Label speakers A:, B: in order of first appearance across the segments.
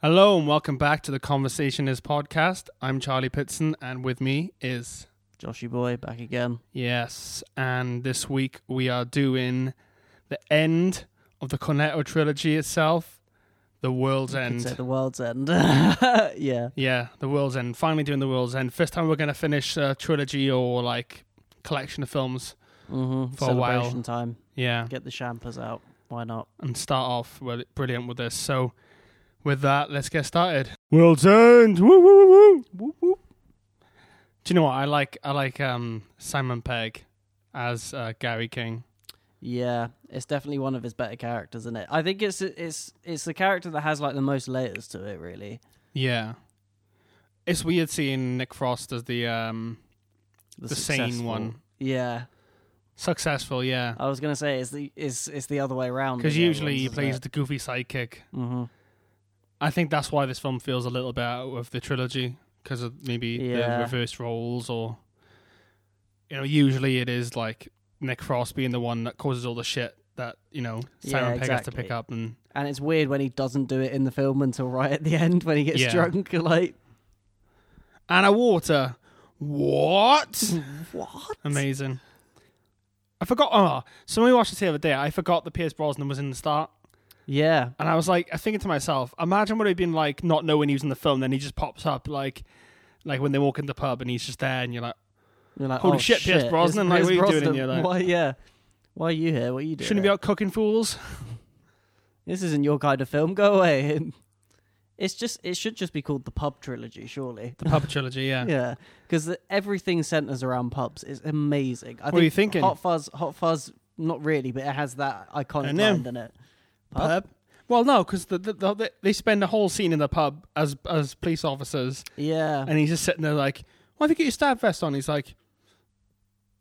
A: Hello and welcome back to the Conversation Is podcast. I'm Charlie Pitson, and with me is
B: Joshy boy, back again.
A: yes. And this week we are doing the end of the Cornetto trilogy itself, the World's
B: It's at
A: End.
B: the world's end. yeah.
A: Yeah, the World's End. Finally doing the World's End. First time we're going to finish a trilogy or like collection of films.
B: Mm-hmm.
A: For a while.
B: Celebration time.
A: Yeah,
B: Get the champers out. Why not?
A: and start off well, brilliant with this. So, with that, let's get started.
B: World's end. Woo woo woo. woo, woo.
A: Do you know what I like? I like um, Simon Pegg as uh, Gary King.
B: Yeah, it's definitely one of his better characters, isn't it? I think it's it's it's the character that has like the most layers to it, really.
A: Yeah. It's weird seeing Nick Frost as the um the sane
B: successful-
A: one.
B: Yeah,
A: Successful, yeah.
B: I was gonna say it's the it's it's the other way around.
A: Because usually he plays the goofy sidekick.
B: hmm
A: I think that's why this film feels a little bit out of the trilogy because of maybe
B: Yeah.
A: the reverse roles or you know usually it is like Nick Frost being the one that causes all the shit that you know
B: Yeah,
A: Simon Pegg has to
B: exactly.
A: pick up and
B: And it's weird when he doesn't do it in the film until right at the end when he gets
A: Yeah.
B: drunk. Like
A: Anna Water. What?
B: what?
A: Amazing. I forgot. Oh, so when we watched this the other day, I forgot that Pierce Brosnan was in the start.
B: Yeah,
A: And I was like, I thinking to myself, imagine what it'd been like not knowing he was in the film. Then he just pops up, like, like when they walk in the pub and he's just there, and you're like,
B: You're like,
A: Holy
B: oh,
A: shit, Pierce
B: shit,
A: Brosnan,
B: it's
A: like,
B: Pierce
A: what are you doing in
B: Brosnan.
A: here, like?
B: Why, yeah. Why are you here? What are you doing?
A: shouldn't be
B: here?
A: out cooking fools.
B: This isn't your kind of film. Go away. It's just. It should just be called the Pub Trilogy, surely.
A: The pub trilogy, yeah.
B: Yeah, because everything centers around pubs. It's amazing. I
A: What are you thinking?
B: Hot Fuzz. Hot Fuzz. Not really, but it has that iconic
A: And
B: line
A: then-
B: in it.
A: Pub. Well, no, because the, the, the, they spend the whole scene in the pub as as police officers,
B: Yeah.
A: and he's just sitting there like, "Why have you got your stab vest on?" He's like,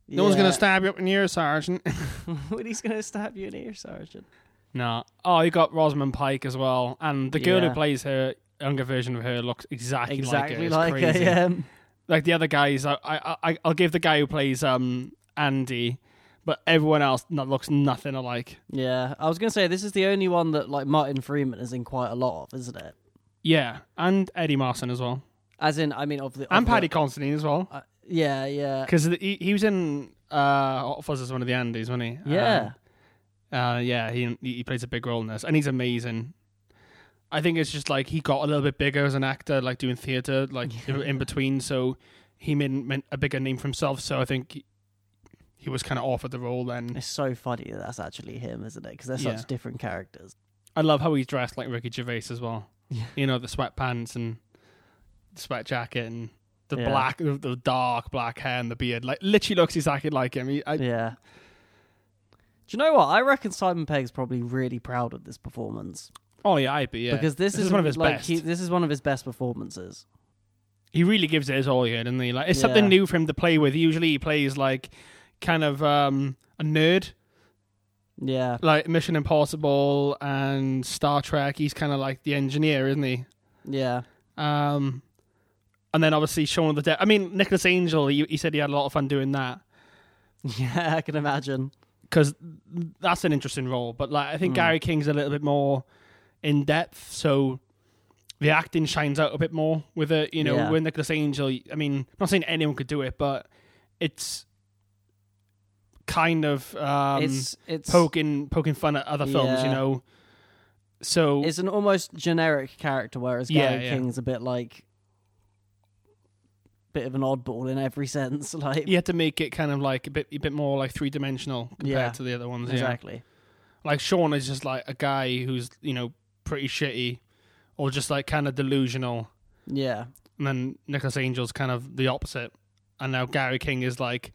A: "No one's gonna
B: yeah.
A: stab you up in here, sergeant."
B: when he's gonna stab you in the ear, Sergeant.
A: no. Oh, you got Rosamund Pike as well, and the girl
B: Yeah.
A: who plays her younger version of her looks exactly,
B: Exactly
A: like
B: like,
A: her. It's
B: a
A: crazy.
B: um,
A: like the other guys I, I i i'll give the guy who plays um andy but everyone else no- looks nothing alike
B: Yeah, I was gonna say this is the only one that like Martin Freeman is in quite a lot of, isn't it?
A: yeah and eddie marson as well
B: As in, I mean, of the of
A: and
B: the-
A: paddy constantine as well
B: Uh, yeah, yeah,
A: because he, he was in uh hot fuzz as one of the andys wasn't he
B: yeah.
A: Um, uh yeah he he plays a big role in this and he's amazing i think it's just like he got a little bit bigger as an actor like doing theater like you know, in between so he made, made a bigger name for himself so i think he, he was kind of offered the role then
B: it's so funny that that's actually him, isn't it? Because they're
A: Yeah.
B: such different characters.
A: I love how he's dressed like Ricky Gervais as well.
B: Yeah.
A: You know the sweatpants and the sweat jacket and the
B: Yeah.
A: black, the, the dark black hair and the beard. Like literally looks exactly like him. He, I,
B: yeah. Do you know what? I reckon Simon Pegg's probably really proud of this performance
A: Oh yeah, I'd be yeah.
B: because this,
A: is one of his
B: like,
A: best.
B: He,
A: He,
B: this is one of his best performances.
A: really gives it his all here, doesn't he? Like it's something
B: Yeah.
A: new for him to play with. Usually he plays like kind of um a nerd,
B: Yeah,
A: like Mission Impossible and Star Trek. He's kind of like the engineer, isn't he?
B: yeah,
A: Um, and then obviously Shaun of the Dead. I mean Nicholas Angel. He, he said he had a lot of fun doing that.
B: yeah. I can imagine.
A: because that's an interesting role. But like, I think
B: Mm.
A: Gary King's a little bit more in depth, so the acting shines out a bit more with it. You know,
B: Yeah.
A: with Nicholas Angel, I mean, I'm not saying anyone could do it, but it's kind of um,
B: it's it's
A: poking poking fun at other films. You
B: Yeah.
A: know, so
B: it's an almost generic character, whereas
A: Yeah,
B: Gary
A: yeah.
B: King's a bit like bit of an oddball in every sense. Like
A: you had to make it kind of like a bit a bit more like three dimensional compared
B: Yeah.
A: to the other ones. Yeah.
B: exactly.
A: like Sean is just like a guy who's you know pretty shitty or just like kind of delusional.
B: Yeah,
A: and then Nicholas Angel's kind of the opposite, and now Gary King is like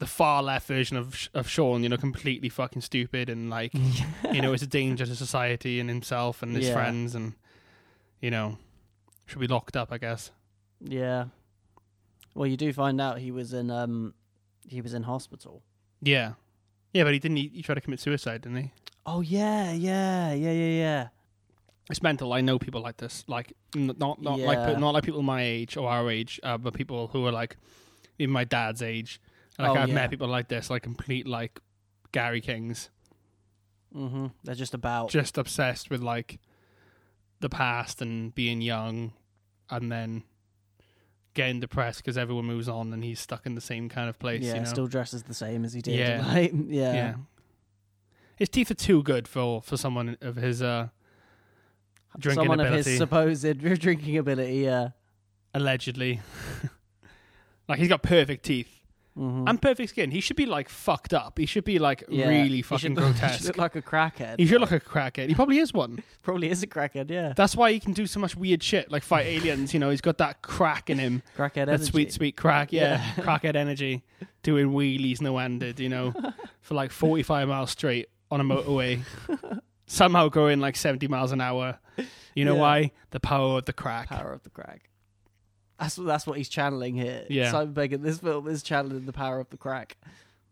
A: the far left version of Sh- of Sean, you know, completely fucking stupid and like you know, it's a danger to society and himself and his
B: Yeah.
A: friends, and you know, should be locked up, I guess.
B: Yeah. Well, you do find out he was in um he was in hospital.
A: Yeah, yeah, but he didn't. He, he tried to commit suicide, didn't he?
B: Oh yeah, yeah, yeah, yeah, yeah.
A: It's mental. I know people like this, like n- not not
B: Yeah.
A: like not like people my age or our age, uh, but people who are like even my dad's age. Like
B: Oh,
A: I've
B: yeah.
A: met people like this, like complete like Gary Kings.
B: Mhm. They're just about
A: just obsessed with like the past and being young, and then getting depressed because everyone moves on and he's stuck in the same kind of place.
B: yeah,
A: you know?
B: still dresses the same as he did.
A: Yeah.
B: like, yeah.
A: yeah. His teeth are too good for for someone of his uh drinking
B: Someone of
A: ability.
B: his supposed drinking ability. Yeah.
A: allegedly. like he's got perfect teeth
B: Mhm.
A: and perfect skin. He should be like fucked up. He should be like
B: Yeah.
A: really
B: He should
A: fucking
B: look- He should
A: grotesque.
B: look like a crackhead.
A: He should look a crackhead. He probably is one.
B: Probably is a crackhead. Yeah.
A: That's why he can do so much weird shit, like fight aliens. You know, he's got that crack in him,
B: Crackhead.
A: that
B: energy.
A: sweet, sweet crack. Yeah,
B: Yeah.
A: crackhead energy, doing wheelies no ended. You know, for like forty-five miles straight on a motorway, somehow going like seventy miles an hour. You know
B: Yeah.
A: why? The power of the crack.
B: power of the crack. That's that's what he's channeling here.
A: Yeah.
B: Simon Pegg in this film is channeling the power of the crack.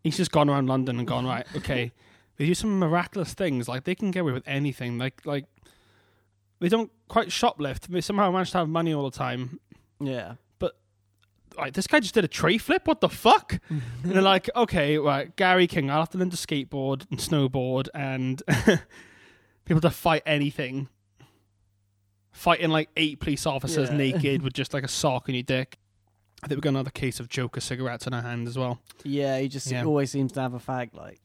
A: He's just gone around London and gone right. Okay, they do some miraculous things. Like they can get away with anything. Like like they don't quite shoplift. They somehow manage to have money all the time.
B: Yeah.
A: like this guy just did a tree flip. What the fuck? and they're like, okay, right, Gary King. I'll have to learn to skateboard and snowboard and people to fight anything. Fighting like eight police officers
B: Yeah.
A: naked with just like a sock on your dick. I think we got another case of Joker cigarettes in our hand as well.
B: Yeah, he just
A: Yeah.
B: always seems to have a fag like.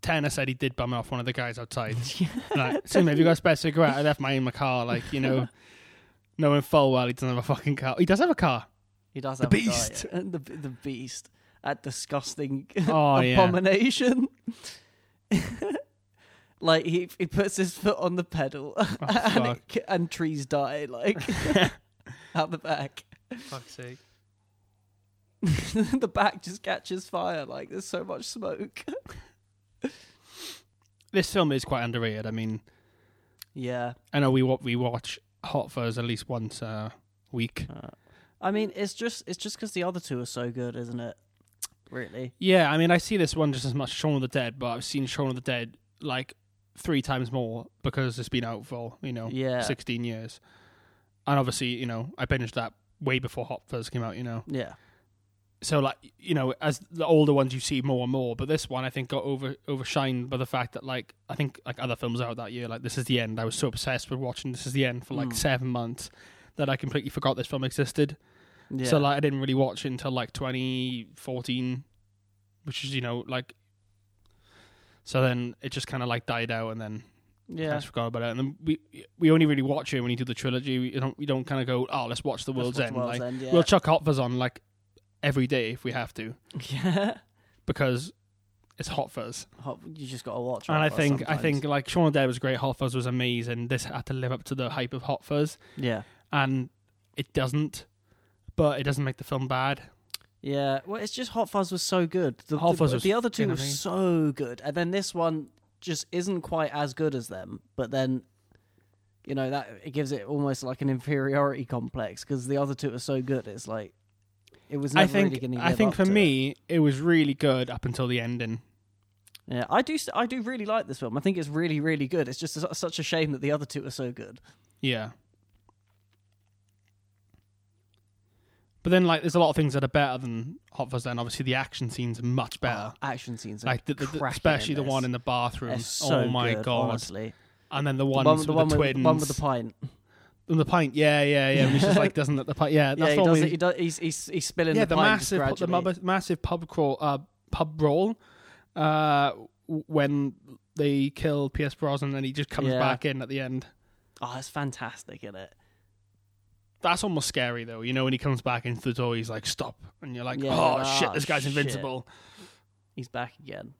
A: Tanner said he did bum off one of the guys outside. like, so have you got a spare cigarette? I left mine in my car. Like, you know, knowing full well he doesn't have a fucking car. He does have a car.
B: He does
A: The
B: have a guy,
A: beast.
B: yeah. the the beast. That disgusting
A: Oh, yeah.
B: abomination. like he he puts his foot on the pedal and,
A: Oh, fuck.
B: it, ki- and trees die like out the back.
A: Fuck's sake.
B: the back just catches fire like there's so much smoke.
A: This film is quite underrated. I mean,
B: yeah.
A: I know we wa- we watch Hot Fuzz at least once a week.
B: I mean, it's just it's just because the other two are so good, isn't it? Really?
A: Yeah, I mean, I see this one just as much as Shaun of the Dead, but I've seen Shaun of the Dead like three times more because it's been out for you know
B: Yeah.
A: sixteen years, and obviously you know I binged that way before Hot Fuzz came out. You know,
B: Yeah.
A: so like you know as the older ones you see more and more, but this one I think got over overshined by the fact that like I think like other films out that year, like This Is the End. I was so obsessed with watching This Is the End for like
B: Mm.
A: seven months that I completely forgot this film existed.
B: Yeah.
A: So like I didn't really watch it until like 2014, which is you know like. So then it just kind of like died out, and then I
B: yeah.
A: just forgot about it. And then we we only really watch it when you do the trilogy. We don't we don't kind of go oh let's watch the World's
B: That's
A: End.
B: what the
A: like
B: World's End, yeah.
A: we'll chuck Hot Fuzz on like every day if we have to
B: yeah.
A: because it's Hot Fuzz.
B: Hot, you just gotta watch.
A: and
B: Hot
A: I
B: Fuzz
A: think I
B: sometimes.
A: think like Shaun of the Dead was great. Hot Fuzz was amazing. This had to live up to the hype of Hot Fuzz,
B: Yeah.
A: and it doesn't. But it doesn't make the film bad.
B: Yeah. Well, it's just Hot Fuzz was so good. The,
A: Hot
B: the,
A: Fuzz was
B: the other two
A: fucking
B: were
A: amazing.
B: so good, and then this one just isn't quite as good as them. But then, you know, that it gives it almost like an inferiority complex because the other two are so good. It's like it was. Never
A: I think
B: Really gonna
A: I
B: live
A: think
B: up
A: for
B: to it.
A: me it was really good up until the ending.
B: Yeah, I do. st- I do really like this film. I think it's really, really good. It's just su- such a shame that the other two are so good.
A: Yeah. But then like there's a lot of things that are better than Hot Fuzz then. Obviously the action scenes are much better.
B: Oh, action scenes, are
A: like the, the- the-
B: cracking
A: especially
B: in
A: the
B: this.
A: one in the bathroom.
B: They're so
A: oh my
B: good,
A: god.
B: Honestly,
A: And then the
B: the
A: ones
B: one,
A: with
B: the
A: the,
B: one with
A: twins.
B: the one with the pint.
A: And the pint. Yeah, yeah, yeah. And he's just like doesn't let the pint. Yeah, that's
B: yeah, he
A: what
B: does
A: we-
B: it. He does. He's he's, he's spilling
A: yeah,
B: the,
A: the
B: pint just
A: massive pu- the
B: gradually.
A: mub- massive pub crawl uh, pub brawl uh, w- when they kill Pierce Brosnan and he just comes
B: Yeah.
A: back in at the end.
B: Oh, it's fantastic in it.
A: that's almost scary though. You know, when he comes back into the door, he's like, "Stop!" and you're like,
B: Yeah,
A: "Oh
B: ah,
A: shit, this guy's
B: shit."
A: invincible."
B: He's back again.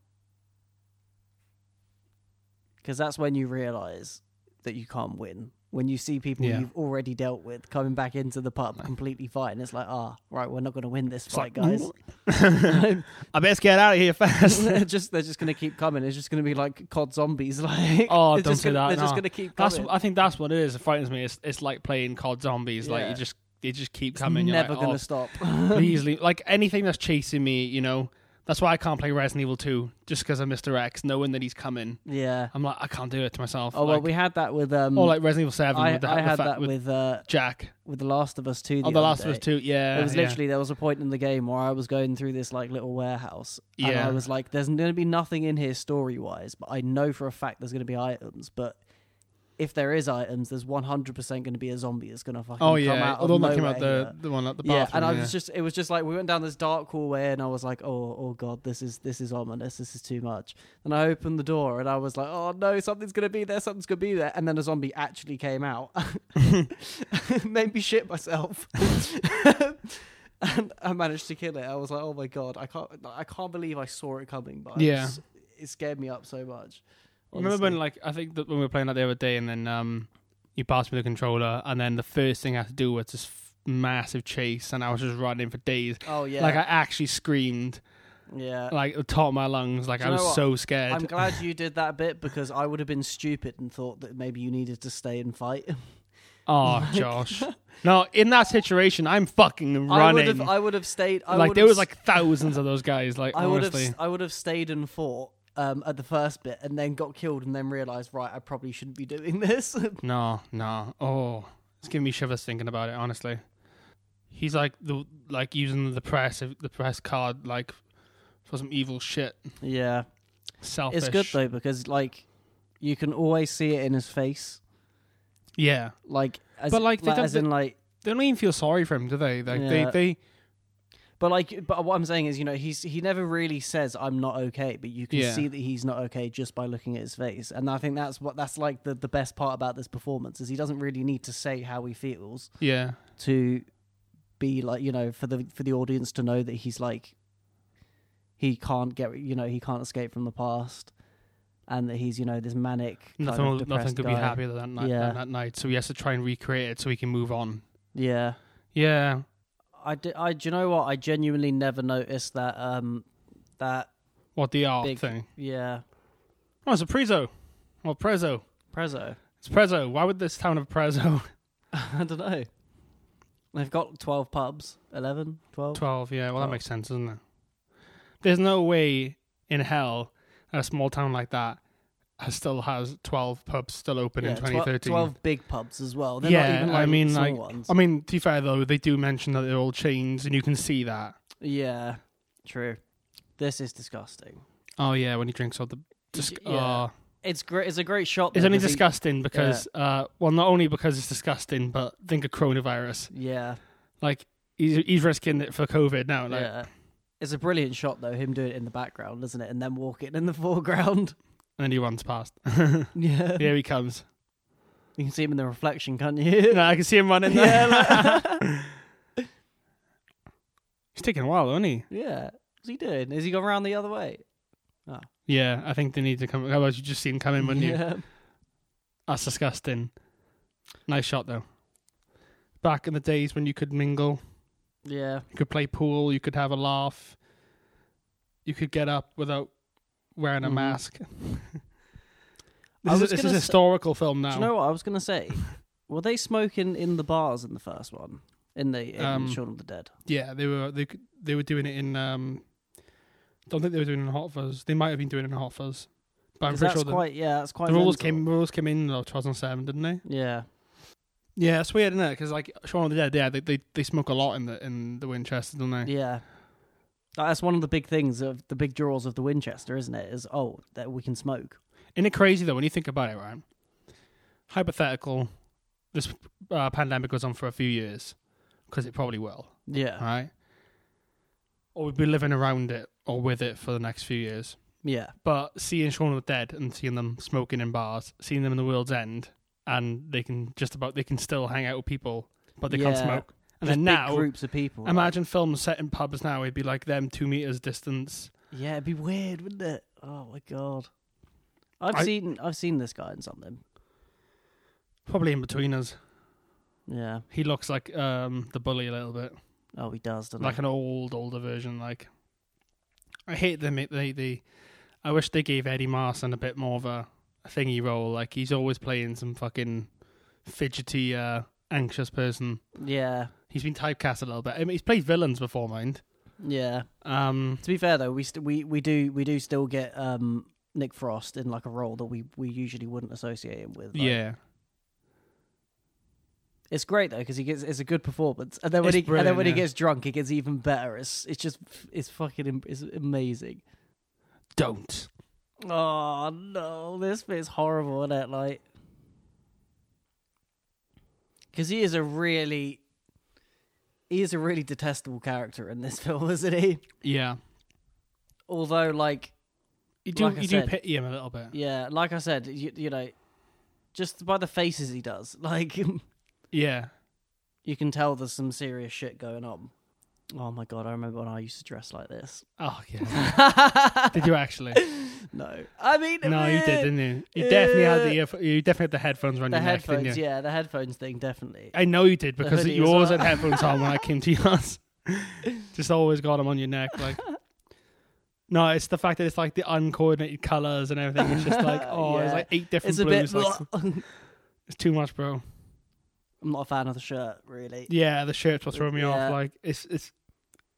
B: Because that's when you realize that you can't win. When you see people
A: Yeah.
B: you've already dealt with coming back into the pub completely fine, it's like, ah, right, we're not going to win this fight, guys.
A: I best get out of here fast.
B: they're just they're just gonna keep coming. It's just gonna be like COD zombies. Like
A: Oh,
B: they're
A: don't
B: just
A: say
B: gonna,
A: that,
B: They're just
A: no.
B: gonna keep
A: that's
B: coming.
A: I think that's what it is. It frightens me. It's it's like playing COD Zombies. Like
B: Yeah.
A: you just they just keep coming. You're
B: Never
A: like,
B: gonna
A: "Oh,
B: stop.
A: please leave." Like anything that's chasing me, you know. That's why I can't play Resident Evil 2 just because of Mr. X, knowing that he's coming.
B: yeah.
A: I'm like, I can't do it to myself.
B: Oh well,
A: like,
B: we had that with um.
A: or like Resident Evil 7
B: I,
A: with, the,
B: I
A: the
B: had
A: fact
B: that with,
A: with
B: uh
A: Jack.
B: with The Last of Us Two.
A: oh, The
B: other
A: Last of Us
B: day.
A: 2. Yeah.
B: It was
A: yeah.
B: literally there was a point in the game where I was going through this like little warehouse, and
A: Yeah.
B: I was like, "There's going to be nothing in here story wise, but I know for a fact there's going to be items." But if there is items, there's 100 percent going to be a zombie that's going to fucking
A: Oh
B: come
A: yeah,
B: out. of
A: although that came out
B: nowhere
A: the, the one at the
B: here. yeah,
A: bathroom.
B: and I was just it was just like we went down this dark hallway, and I was like, oh oh god, this is this is ominous, this is too much. And I opened the door, and I was like, oh no, something's going to be there, something's going to be there. And then a zombie actually came out, made me shit myself. and I managed to kill it. I was like, "Oh my god, I can't, I can't believe I saw it coming." But I
A: Yeah.
B: was- it scared me up so much.
A: Remember when
B: honestly.
A: like I think that when we were playing that the other day, and then um, you passed me the controller, and then the first thing I had to do was this f- massive chase, and I was just running for days.
B: oh yeah,
A: Like I actually screamed,
B: yeah.
A: like the top of my lungs, like
B: Do
A: I
B: you know
A: was
B: what?
A: so scared.
B: I'm glad you did that bit because I would have been stupid and thought that maybe you needed to stay and fight.
A: oh, Josh. No, in that situation, I'm fucking
B: I would
A: running.
B: have, I would have stayed. I
A: like
B: would
A: there
B: have
A: was
B: s-
A: like thousands of those guys. Like
B: I would have,
A: honestly,
B: s- I would have stayed and fought um, at the first bit and then got killed and then realized, right, I probably shouldn't be doing this.
A: No, no. Oh, it's giving me shivers thinking about it. Honestly, he's like the like using the press the press card like for some evil shit.
B: yeah,
A: Selfish.
B: it's good though because like you can always see it in his face.
A: Yeah,
B: like as,
A: But, like, they don't-
B: as in like
A: they don't even feel sorry for him, do they? Like
B: Yeah.
A: they they
B: but like but what i'm saying is you know he's he never really says i'm not okay but you can
A: Yeah.
B: see that he's not okay just by looking at his face and i think that's what that's like the, the best part about this performance is he doesn't really need to say how he feels
A: yeah
B: to be like you know for the for the audience to know that he's like he can't get you know he can't escape from the past and that he's you know this manic kind
A: nothing
B: of
A: will- nothing
B: depressed
A: could be
B: guy.
A: happier than that night
B: Yeah.
A: than that night. So he has to try and recreate it so he can move on.
B: yeah
A: Yeah,
B: I, d- I do you know what I genuinely never noticed that um that
A: what the art
B: Big-
A: thing?
B: yeah
A: Oh, it's a prezo. Well, prezzo.
B: Prezzo
A: It's prezzo. Why would this town have prezzo?
B: I don't know they've got 12 pubs 11 12
A: Twelve. Yeah. Well,
B: Twelve.
A: that makes sense, doesn't it? There's no way in hell that a small town like that has still has twelve pubs still open
B: yeah,
A: in
B: twe-
A: 2013.
B: 12 big pubs as well they're
A: yeah,
B: not even like
A: I mean,
B: small
A: like,
B: ones
A: I mean, to be fair though, they do mention that they're all chains, and you can see that.
B: yeah true this is disgusting
A: Oh yeah, when he drinks all the. Disg-
B: yeah.
A: uh,
B: it's great it's a great shot
A: it's
B: though,
A: only
B: 'cause he-
A: disgusting because, uh, well, not only because it's disgusting, but think of coronavirus.
B: yeah
A: Like he's he's risking it for COVID now. Like,
B: yeah it's a brilliant shot though him doing it in the background isn't it and then walking in the foreground
A: and then he runs past.
B: yeah
A: Here he comes.
B: you can see him in the reflection can't you
A: No, I can see him running. there.
B: yeah like-
A: He's taking a while, isn't he?
B: Yeah. What's he doing? Has he gone round the other way?
A: Yeah, I think they need to come. Otherwise, you just see him come in, wouldn't you?
B: yeah.
A: That's disgusting. Nice shot though. Back in the days when you could mingle,
B: Yeah.
A: you could play pool, you could have a laugh, you could get up without wearing a
B: Mhm.
A: mask.
B: I
A: Mm-hmm. this is,
B: was
A: this is
B: gonna
A: a
B: say-
A: historical film now.
B: Do you know what I was going to say? Were they smoking in the bars in the first one? In the in
A: Um,
B: Shaun of the Dead?
A: yeah, they were they could- they were doing it in. um Don't think they were doing it in Hot Fuzz. They might have been doing it in Hot Fuzz, but I'm
B: 'Cause
A: pretty
B: that's
A: sure the,
B: quite, yeah, that's quite
A: the rules
B: mental.
A: came rules came in though 2007, didn't they?
B: Yeah.
A: Yeah, it's weird, isn't it? Because like Shaun of the Dead, yeah, they, they they smoke a lot in the in the Winchester, don't they?
B: Yeah. Like, That's one of the big things of the big draws of the Winchester, isn't it? Is oh that we can smoke.
A: Isn't it crazy though when you think about it, right? Hypothetical, this uh, pandemic goes on for a few years because it probably will,
B: Yeah,
A: right? Or we'd be living around it or with it for the next few years.
B: yeah,
A: But seeing Shaun of the Dead and seeing them smoking in bars, seeing them in the World's End, and they can just about they can still hang out with people, but they can't
B: Yeah.
A: smoke. And
B: Just
A: then
B: big
A: now,
B: groups of people. like-
A: imagine films set in pubs now. It'd be like them two meters distance.
B: yeah, it'd be weird, wouldn't it? Oh my god, I've
A: I-
B: seen I've seen this guy in something.
A: Probably in between us.
B: Yeah,
A: He looks like um, the bully a little bit,
B: oh he does, doesn't
A: like an old, older version. Like, I hate them. it- They, they, I wish they gave Eddie Marson a bit more of a thingy role. Like he's always playing some fucking fidgety, uh, anxious person.
B: he? Yeah,
A: He's been typecast a little bit. I mean, he's played villains before, mind.
B: yeah.
A: Um,
B: To be fair though, we st- we we do we do still get um, Nick Frost in like a role that we we usually wouldn't associate him with. Like,
A: yeah,
B: it's great though because he gets it's a good performance, and then when
A: It's
B: he and then when
A: brilliant,
B: he
A: yeah.
B: gets drunk, it gets even better. It's it's just it's fucking im- it's amazing.
A: don't.
B: Oh no, this bit's horrible, isn't it? Like because he is a really he is a really detestable character in this film, isn't he?
A: Yeah,
B: Although, like,
A: you do
B: Like I
A: you
B: said-
A: do pity him a little bit.
B: yeah, like I said, you, you know, just by the faces he does, like,
A: Yeah,
B: you can tell there's some serious shit going on. Oh my god, I remember when I used to dress like this.
A: oh yeah. Did you actually?
B: no, I mean,
A: No, you
B: eh,
A: did, didn't you? You definitely had the
B: Yeah.
A: earph- you definitely had the headphones around
B: The
A: your neck, didn't
B: headphones,
A: you?
B: yeah, the headphones thing, definitely.
A: I know you did because
B: hoodie
A: you
B: as
A: always
B: well.
A: had headphones on when I came to yours. Just always got them on your neck, like. No, it's the fact that it's like the uncoordinated colors and everything. It's just like, oh, there's
B: Yeah.
A: like eight different
B: It's a bit.
A: blues. like, it's too much, bro.
B: I'm not a fan of the shirt, really.
A: Yeah, the shirt's what threw me
B: Yeah.
A: off. Like, it's it's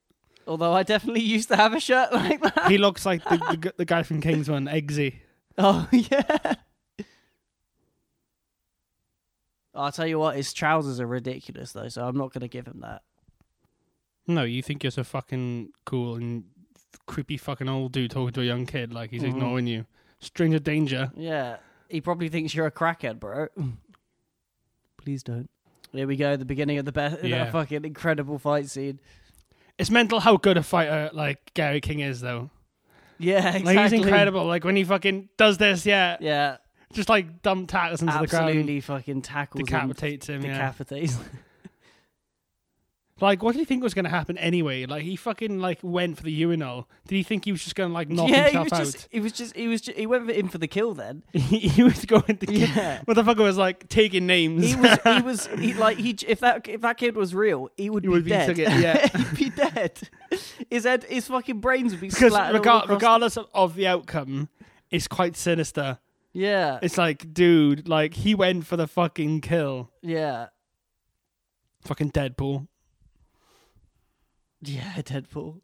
B: Although I definitely used to have a shirt like that.
A: he looks like the, the, g- the guy from Kingsman, Eggsy.
B: Oh yeah. I'll tell you what, his trousers are ridiculous though, so I'm not going to give him that.
A: No, you think you're so fucking cool and creepy fucking old dude talking to a young kid like he's
B: Mhm.
A: ignoring you. Stranger danger.
B: Yeah, he probably thinks you're a crackhead, bro. Please don't. Here we go, the beginning of the best,
A: Yeah.
B: that fucking incredible fight scene.
A: It's mental how good a fighter like Gary King is though.
B: Yeah, exactly.
A: Like he's incredible. Like when he fucking does this, yeah,
B: Yeah,
A: just like dumb tackles into
B: absolutely fucking tackles
A: the ground, decapitates him.
B: him,
A: yeah.
B: decapitates.
A: Like what did he think was going to happen anyway? Like he fucking like went for the urinal. Did he think he was just going to like knock
B: yeah, he
A: himself
B: was
A: out?
B: just, he was just, he was, ju- he went in for the kill then.
A: he was going to. Yeah.
B: Yeah.
A: Motherfucker was like taking names.
B: He was, he was, he, like, he. If that if that kid was real, he would
A: He
B: be
A: would be
B: dead.
A: took it, yeah.
B: He'd be dead. His head, his fucking brains would be
A: because
B: splattered all
A: regar-
B: across-
A: regardless of, of the outcome, it's quite sinister.
B: Yeah,
A: It's like, dude, like he went for the fucking kill.
B: yeah,
A: Fucking Deadpool.
B: yeah. Deadpool.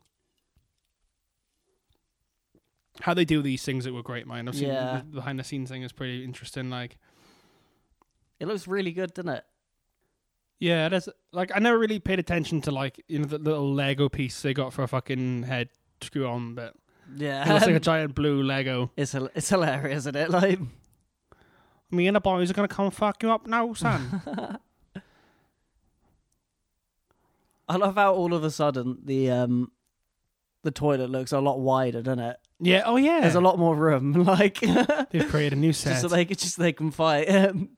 A: How they do these things that were great, man. I've seen
B: Yeah.
A: the behind the scenes thing is pretty interesting. Like,
B: It looks really good, doesn't it?
A: yeah, that's like I never really paid attention to like you know the little Lego piece they got for a fucking head screw on, but
B: Yeah,
A: it looks like a giant blue Lego.
B: Um, it's hil- it's hilarious, isn't it? Like,
A: Me and the boys are gonna come fuck you up now, son.
B: I love how all of a sudden the um the toilet looks a lot wider, doesn't it?
A: yeah, oh yeah.
B: There's a lot more room, like
A: They've created a new set.
B: just so they could just they can fight. Um,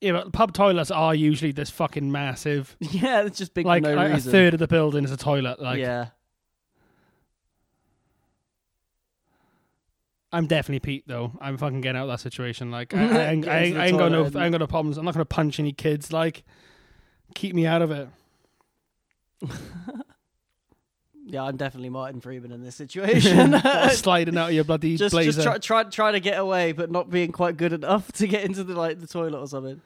A: yeah, but pub toilets are usually this fucking massive.
B: yeah, it's just big
A: like,
B: for no
A: like a
B: reason.
A: third of the building is a toilet. Like
B: yeah.
A: I'm definitely Pete though. I'm fucking getting out of that situation. Like I, I, ain't-
B: Get
A: I, ain't-
B: into the
A: I ain't got no,
B: toilet and-
A: I ain't got no problems. I'm not gonna punch any kids. Like keep me out of it.
B: Yeah, I'm definitely Martin Freeman in this situation.
A: Sliding out of your bloody
B: just
A: blazer.
B: just try, try try to get away, but not being quite good enough to get into the like the toilet or something.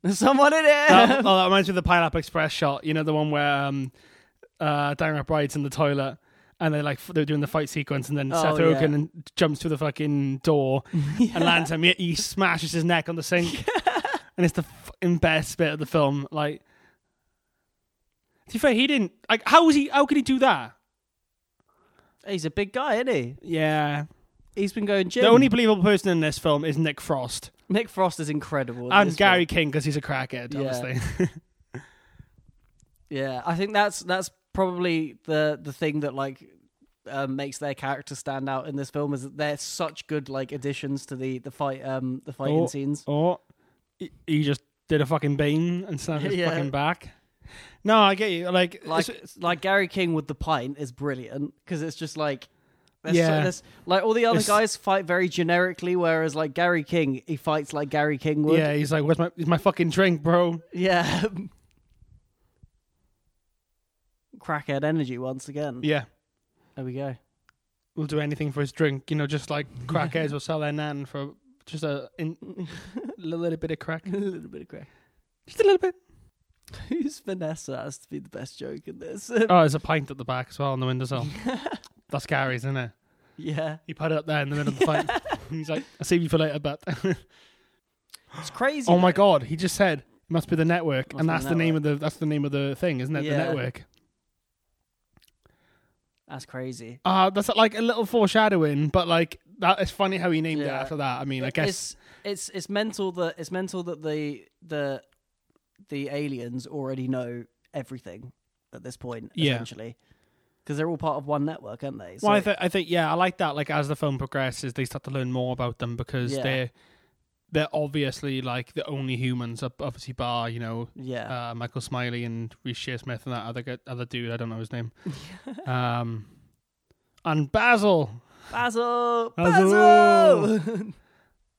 B: There's someone in here.
A: that, oh, that reminds me of the Pineapple Express shot. You know the one where um, uh, Daniel Bride's in the toilet. And they like f- they're doing the fight sequence, and then
B: Oh,
A: Seth
B: yeah.
A: Rogen and jumps through the fucking door and lands him. He, he smashes his neck on the sink, and it's the fucking best bit of the film. Like, to be fair, he didn't like. How was he? How could he do that?
B: He's a big guy, isn't he?
A: Yeah.
B: He's been going gym.
A: The only believable person in this film is Nick Frost
B: Nick Frost is incredible. in
A: and
B: Oh, this
A: Gary King because he's a crackhead,
B: Yeah.
A: obviously.
B: film. Yeah, I think that's that's probably the the thing that like um, makes their character stand out in this film is that they're such good like additions to the the fight um the fighting
A: Oh.
B: scenes.
A: or he- he just did a fucking bean and snapped his
B: Yeah.
A: fucking back. No, I get you. Like,
B: like
A: it's-
B: like Gary King with the pint is brilliant because it's just like there's so-
A: Yeah.
B: there's- like all the other
A: It's-
B: guys fight very generically, whereas like Gary King he fights like Gary King would.
A: yeah, he's like, "Where's my, my fucking drink, bro?"
B: yeah. Crackhead energy once again.
A: Yeah,
B: There we go.
A: we'll do anything for his drink. You know, just like crackheads will sell their nan for just a in, little, little bit of crack,
B: a little bit of crack.
A: just a little bit.
B: Who's Vanessa? That has to be the best joke in this.
A: Oh, there's a pint at the back as well on the windowsill. That's Gary's, isn't it?
B: yeah.
A: He put it up there in the middle of the fight. he's like, "I'll save you for later, but."
B: It's crazy.
A: Oh my
B: though.
A: god, he just said it must be the network,
B: Must
A: and
B: be the
A: that's the, name of the that's the name of the thing, isn't it?
B: Yeah.
A: The network.
B: That's crazy.
A: Ah, that's like a little foreshadowing, but like that is funny how he named it
B: Yeah.
A: after that. I mean, I guess
B: It's, it's it's mental that it's mental that the the the aliens already know everything at this point
A: Yeah.
B: essentially because they're all part of one network aren't they
A: Well, I, th- I think yeah, I like that. Like as the film progresses, they start to learn more about them because
B: Yeah.
A: they're they're obviously like the only humans, up obviously bar you know
B: yeah
A: uh, Michael Smiley and Reese Smith and that other gu- other dude. I don't know his name. um, and Basil.
B: basil
A: Basil!
B: basil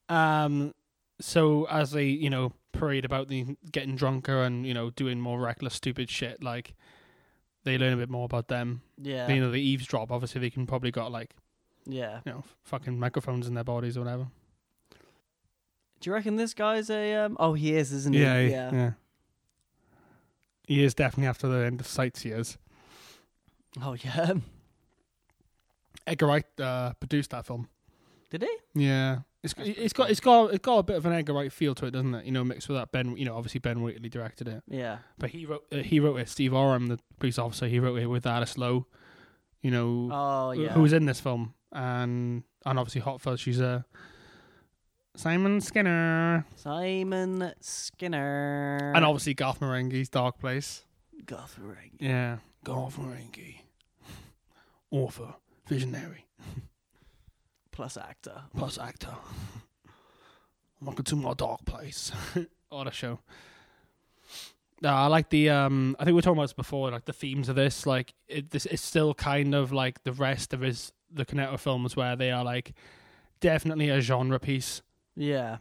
A: Um, so as they you know parade about the getting drunker and you know doing more reckless, stupid shit, like they learn a bit more about them. You
B: yeah
A: know, they eavesdrop. Obviously, they can probably got like
B: yeah
A: you know fucking microphones in their bodies or whatever.
B: Mm-hmm. do you reckon this guy's a um oh he is isn't he
A: Yeah, he- yeah. He is definitely after the end of Sights years.
B: oh yeah
A: Edgar Wright uh, produced that film.
B: did he
A: Yeah. It's,
B: That's pretty
A: it's got it's got it's got a bit of an Edgar Wright feel to it, doesn't it? You know, mixed with that Ben, you know, obviously Ben Wheatley directed it,
B: yeah
A: but he wrote uh, he wrote it. Steve Oram, the police officer, he wrote it with Alice Lowe, you know,
B: oh yeah
A: who was in this film, and and obviously Hot Fuzz. She's a Simon Skinner,
B: simon skinner
A: and obviously Garth Marenghi's Dark Place.
B: Garth Marenghi.
A: Yeah. Garth Marenghi. Author, visionary,
B: plus actor
A: plus actor. Welcome to my dark place. what a show. No, I like the um I think we were talking about this before, like the themes of this, like it this it's still kind of like the rest of his the Cornetto films where they are like definitely a genre piece.
B: yeah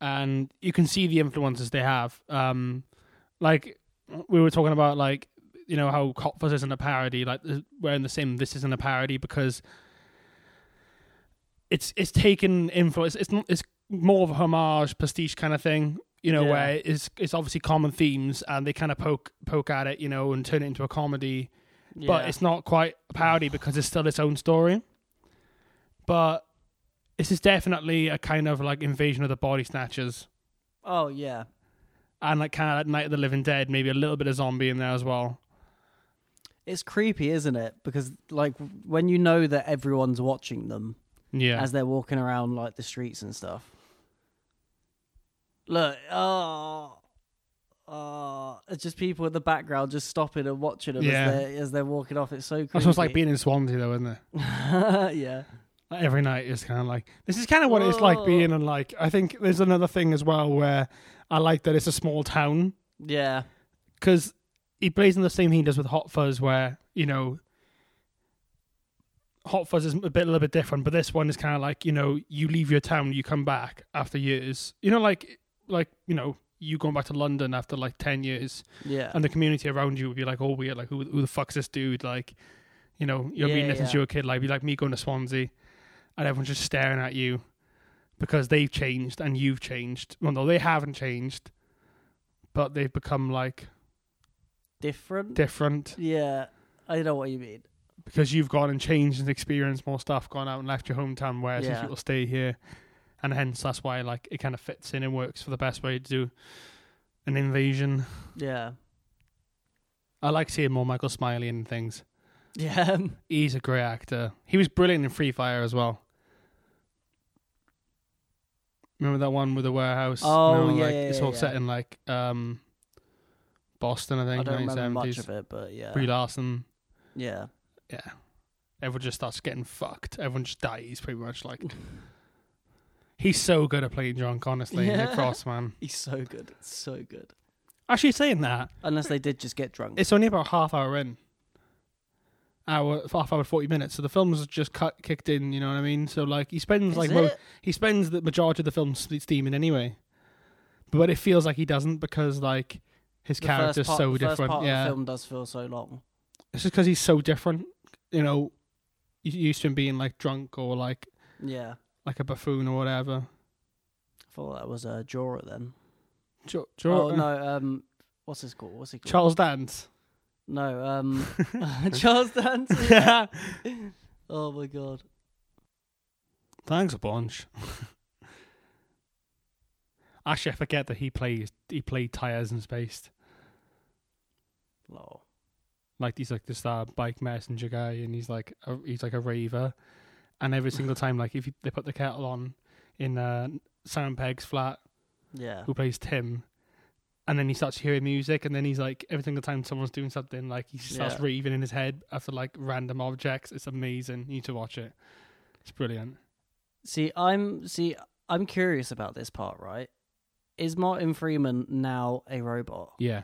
A: and you can see the influences they have. Um, like we were talking about, like you know how Hot Fuzz isn't a parody. Like th- we're in the same. This isn't a parody because it's it's taken influence. It's not. It's more of a homage, pastiche kind of thing. You know,
B: Yeah.
A: where it's it's obviously common themes, and they kind of poke poke at it, you know, and turn it into a comedy but
B: Yeah.
A: it's not quite a parody because it's still its own story. But this is definitely a kind of like invasion of the body snatchers
B: oh yeah
A: and like kind of like Night of the Living Dead, maybe a little bit of zombie in there as well.
B: It's creepy, isn't it? Because like when you know that everyone's watching them
A: Yeah,
B: as they're walking around like the streets and stuff. Look, oh, oh, it's just people in the background just stopping and watching them
A: Yeah.
B: as they're as they're walking off. It's so creepy.
A: that's what's like being in Swansea though, isn't it?
B: yeah,
A: Like, every night is kind of like this is kind of what it's like
B: Whoa.
A: being in like. I think there's another thing as well where I like that it's a small town
B: yeah,
A: because he plays in the same thing he does with Hot Fuzz, where you know Hot Fuzz is a bit a little bit different, but this one is kind of like you know you leave your town, you come back after years, you know, like like you know you going back to London after like ten years,
B: yeah,
A: and the community around you would be like, oh weird, like who who the fuck's this dude? Like, you know, you're
B: Yeah,
A: meeting this since
B: yeah.
A: you were a kid, like be like me going to Swansea, and everyone's just staring at you because they've changed and you've changed. Well, no, they haven't changed, but they've become like
B: different.
A: different
B: yeah, I know what you mean.
A: because you've gone and changed and experienced more stuff, gone out and left your hometown, whereas
B: Yeah.
A: people stay here, and hence that's why like it kind of fits in and works for the best way to do an invasion.
B: Yeah,
A: I like seeing more Michael Smiley and things.
B: yeah,
A: He's a great actor. He was brilliant in Free Fire as well. Remember that one with the warehouse?
B: Oh,
A: No,
B: yeah,
A: like,
B: yeah,
A: it's
B: yeah,
A: all
B: yeah.
A: set in like um, Boston, I
B: I
A: think,
B: don't
A: nineteen
B: remember much
A: seventies.
B: of it, but yeah,
A: Brie Larson.
B: yeah,
A: yeah, everyone just starts getting fucked. Everyone just dies pretty much. Like he's so good at playing drunk, honestly. Nick
B: Yeah.
A: Frost, man.
B: he's so good, so good.
A: Actually, saying that,
B: Unless they did just get drunk.
A: it's only about half hour in. Hour, half hour, forty minutes. So the film's just cut, kicked in. You know what I mean? So like he spends
B: Is
A: like
B: it?
A: mo- he spends the majority of the film s- steaming anyway, but it feels like he doesn't because like his
B: The first
A: character's
B: part-
A: so
B: the
A: different.
B: First part
A: yeah,
B: of the film does feel so long.
A: it's just because he's so different. You know, you used to him being like drunk or like
B: Yeah, I
A: like a buffoon or whatever.
B: thought that was a uh, Jorah then.
A: Jo- jo-
B: Oh no, um, what's his called? What's he called?
A: uh, Charles Dance.
B: No, um, Charles Dance.
A: Yeah.
B: oh my god.
A: Thanks a bunch. Actually, I forget that he plays. He played tires and spaced.
B: Lol.
A: Like he's like this uh, bike messenger guy, and he's like a, he's like a raver. And every single time, like if you, they put the kettle on in uh, Sam Pegg's flat,
B: Yeah.
A: who plays Tim, and then he starts hearing music, and then he's like, every single time someone's doing something, like he starts
B: Yeah.
A: raving in his head after like random objects. It's amazing. You need to watch it. It's brilliant.
B: See, I'm see, I'm curious about this part, right? Is Martin Freeman now a robot?
A: Yeah,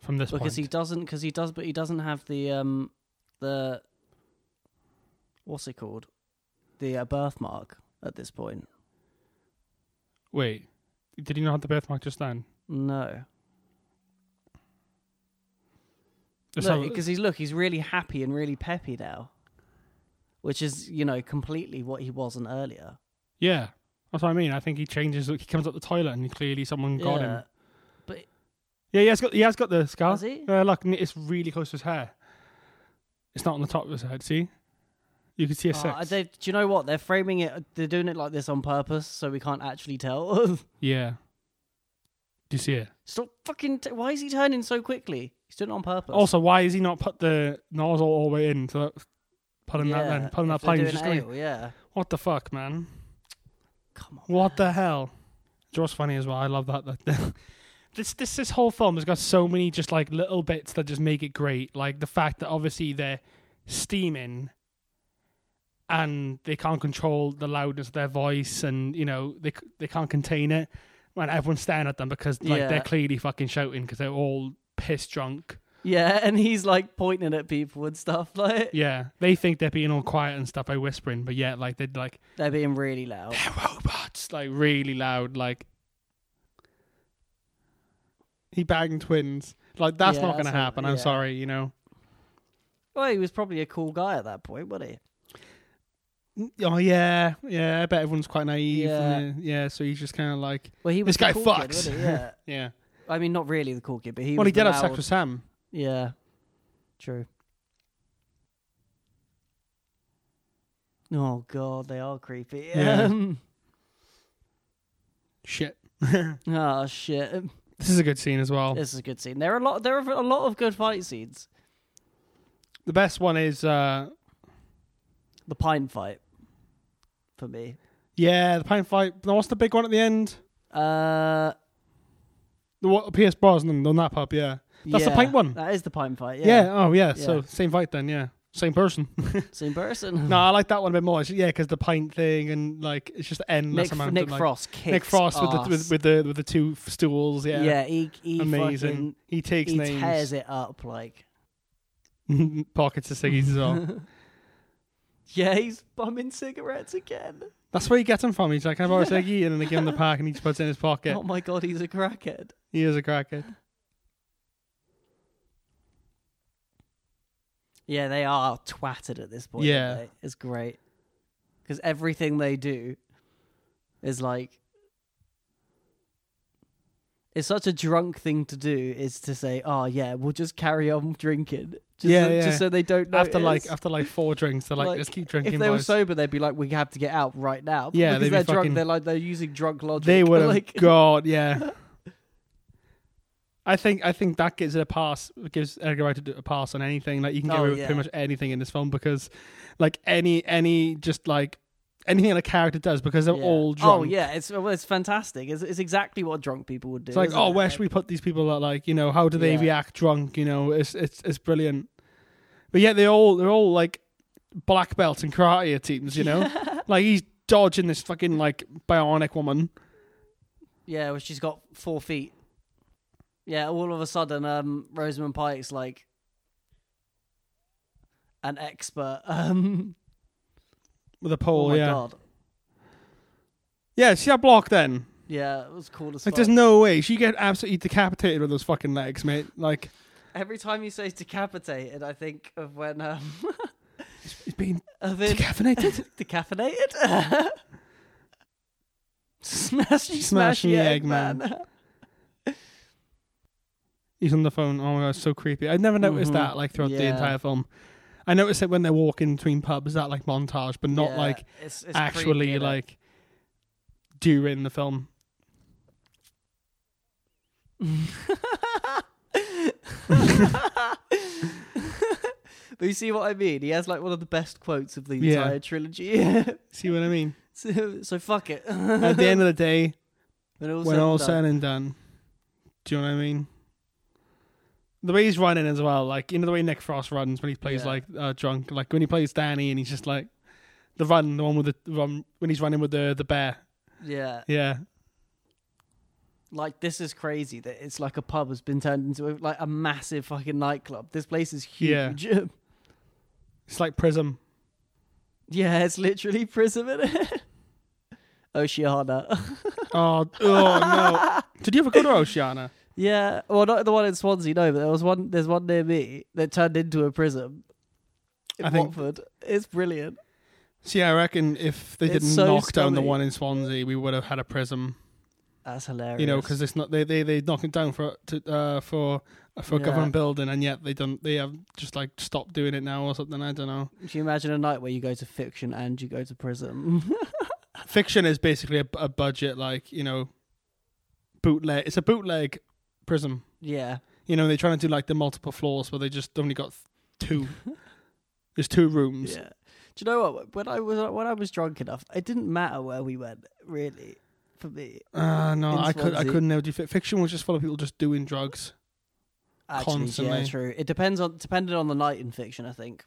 A: from this
B: because
A: point,
B: he doesn't, because he does, but he doesn't have the um the what's it called, the uh, birthmark at this point.
A: wait, did he not have the birthmark just then?
B: No,
A: Just have-
B: because he's look, he's really happy and really peppy now, which is you know completely what he wasn't earlier.
A: yeah, that's what I mean. I think he changes. He comes up the toilet, and clearly someone got
B: yeah.
A: him. Yeah, he has got he has got the scar.
B: Has he?
A: Yeah, look, n- it's really close to his hair. It's not on the top of his head. See, you can see a
B: Oh,
A: six.
B: they, do you know what? They're framing it. They're doing it like this on purpose, so we can't actually tell.
A: Yeah. Do you see it?
B: Stop fucking! T- Why is he turning so quickly? He's doing it on purpose.
A: Also, why has he not put the nozzle all the way in? So that, putting that then, putting
B: if
A: that
B: they're
A: pipe,
B: doing
A: just
B: it
A: going,
B: ale, yeah.
A: what the fuck, man?
B: Come on.
A: What the hell? Do you know what's funny as well? I love that. that this this this whole film has got so many just like little bits that just make it great. Like the fact that obviously they're steaming and they can't control the loudness of their voice, and you know they c- they can't contain it. Man, everyone's staring at them because like
B: Yeah.
A: they're clearly fucking shouting because they're all piss drunk.
B: Yeah, and he's like pointing at people and stuff. Like
A: Yeah, they think they're being all quiet and stuff by whispering, but yet like they're like
B: they're being really loud.
A: they're robots, like really loud, like he banged twins. Like that's
B: Yeah,
A: not going to
B: that's not-
A: happen. I'm
B: yeah.
A: sorry, you know.
B: Well, he was probably a cool guy at that point, wasn't he?
A: Oh yeah, yeah. I bet everyone's quite naive.
B: Yeah.
A: and, uh, yeah so he's just kind of like,
B: Well, he was
A: This guy
B: the cool Kid,
A: fucks.
B: wasn't he? Yeah.
A: yeah.
B: I mean, not really the cool kid, but he.
A: well,
B: was
A: he did
B: the
A: have
B: loud-
A: sex with Sam.
B: Yeah. True. Oh god, they are creepy.
A: Yeah.
B: Um,
A: Shit.
B: oh shit.
A: This is a good scene as well.
B: This is a good scene. There are a lot. There are a lot of good fight scenes.
A: The best one is, uh
B: The pine fight, for me.
A: yeah, the pine fight. No, what's the big one at the end?
B: Uh,
A: The what, Pierce Brosnan on that pub. Yeah, That's the
B: yeah,
A: pint one.
B: That is the pint fight.
A: yeah.
B: Yeah,
A: Oh yeah.
B: Yeah.
A: So same fight then. Yeah, same person.
B: same person.
A: no, I like that one a bit more. It's- yeah, because the pint thing and like it's just endless
B: Nick,
A: amount.
B: Nick
A: of, like,
B: Frost kicks.
A: Nick Frost with the,
B: ass.
A: with, with the with the two f- stools. Yeah,
B: yeah, he he
A: amazing.
B: fucking
A: he takes
B: he
A: names,
B: tears it up like.
A: pockets of ciggies as well.
B: yeah, he's bumming cigarettes again.
A: That's where he gets them from. He's like, "Can I borrow a ciggy?" And then they give him the pack, and he just puts it in his pocket.
B: Oh my god, he's a crackhead.
A: He is a crackhead.
B: Yeah, they are twatted at this point. aren't
A: Yeah.
B: they? it's great because everything they do is like it's such a drunk thing to do is to say, "Oh yeah, we'll just carry on drinking." Just
A: Yeah,
B: so,
A: yeah.
B: just so they don't notice.
A: After like after like four drinks, they're like,
B: Like,
A: "Let's keep drinking."
B: if they were
A: boys."
B: sober, they'd be like, "We have to get out right now."
A: Yeah,
B: because
A: they'd be
B: they're drunk.
A: fucking-
B: They're like they're using drunk logic.
A: They would have
B: like,
A: God, yeah. I think I think that gives it a pass. Gives Edgar Wright a pass on anything. Like you can get
B: Oh,
A: away with
B: yeah.
A: pretty much anything in this film because, like any any just like anything that a character does because they're
B: yeah.
A: all drunk.
B: Oh yeah, it's well, it's fantastic. It's, it's exactly what drunk people would do.
A: It's like,
B: isn't
A: oh,
B: it?
A: where should we put these people? That like, you know, how do they
B: Yeah.
A: react drunk? You know, it's it's it's brilliant. But yeah, they all they're all like black belts and karate teams. You know, like he's dodging this fucking like bionic woman.
B: Yeah, well, she's got four feet. Yeah, all of a sudden, um, Rosamund Pike's like an expert. Um,
A: With a
B: oh
A: pole,
B: my
A: yeah,
B: god,
A: yeah. See that block then.
B: yeah, it was cool as
A: Like,
B: fuck.
A: there's no way she get absolutely decapitated with those fucking legs, mate. Like,
B: Every time you say decapitated, I think of when um,
A: he's been
B: of him
A: decaffeinated.
B: decaffeinated.
A: Smashing
B: smashy, smashy,
A: the
B: egg,
A: egg,
B: man.
A: he's on the phone. Oh my god, it's so creepy. I'd never noticed
B: Mhm.
A: that like throughout the
B: Yeah.
A: entire film. I noticed it when they're walking between pubs, that like montage, but not
B: Yeah,
A: like
B: it's, it's
A: actually
B: creepy, innit?
A: like during the film.
B: But you see what I mean? He has like one of the best quotes of the
A: Yeah.
B: entire trilogy.
A: See what I mean?
B: So, so fuck it.
A: At the end of the day,
B: when all
A: when
B: said
A: all
B: and done.
A: said and done, do you know what I mean? The way he's running as well, like you know the way Nick Frost runs when he plays
B: Yeah.
A: like uh, drunk, like when he plays Danny and he's just like the run, the one with the run when he's running with the the bear.
B: yeah,
A: Yeah,
B: like this is crazy that it's like a pub has been turned into like a massive fucking nightclub. This place is
A: Yeah.
B: huge.
A: it's like Prism.
B: yeah, it's literally prison in it. Oceana.
A: Oh, oh no! Did you ever go to Oceana?
B: yeah, well, not the one in Swansea, no, but there was one. There's one near me that turned into a prison. In
A: I think-
B: Watford, it's brilliant.
A: See, I reckon if they
B: It's
A: didn't
B: so
A: knock down the
B: scummy.
A: one in Swansea, we would have had a Prism.
B: That's hilarious.
A: You know, because it's not they they they knock it down for to uh, for for a
B: Yeah.
A: government building, and yet they don't they have just like stopped doing it now or something. I don't know.
B: Can you imagine a night where you go to fiction and you go to prison?
A: Fiction is basically a, a budget like you know bootleg. It's a bootleg Prism.
B: yeah.
A: You know, they're trying to do like the multiple floors where they just only got two. There's two rooms.
B: Yeah. Do you know what? When I was when I was drunk enough, it didn't matter where we went, really, for me.
A: Uh, no,
B: In
A: I could I
B: Swansea.
A: couldn't know. Do fi- Fiction was just full of people just doing drugs.
B: Actually,
A: Constantly.
B: yeah, true. It depends on depended on the night in fiction, I think.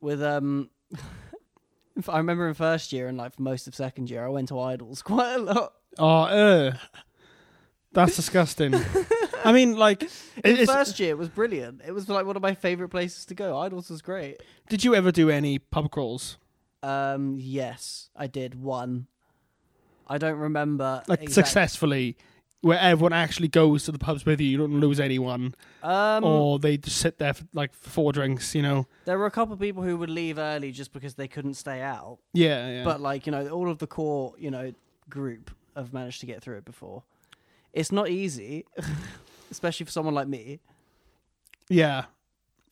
B: With um, I remember in first year and like for most of second year, I went to Idols quite a lot.
A: Oh, uh, that's disgusting. I mean, like, it- it's,
B: first year was brilliant. It was like one of my favorite places to go. Idols was great.
A: did you ever do any pub crawls?
B: Um, yes, I did one. I don't remember
A: Like,
B: exact-
A: successfully, where everyone actually goes to the pubs with you, you don't lose anyone,
B: Um,
A: or they just sit there for like four drinks, you know?
B: there were a couple of people who would leave early just because they couldn't stay out.
A: Yeah, yeah.
B: but like you know all of the core you know group have managed to get through it before it's not easy especially for someone like me
A: yeah.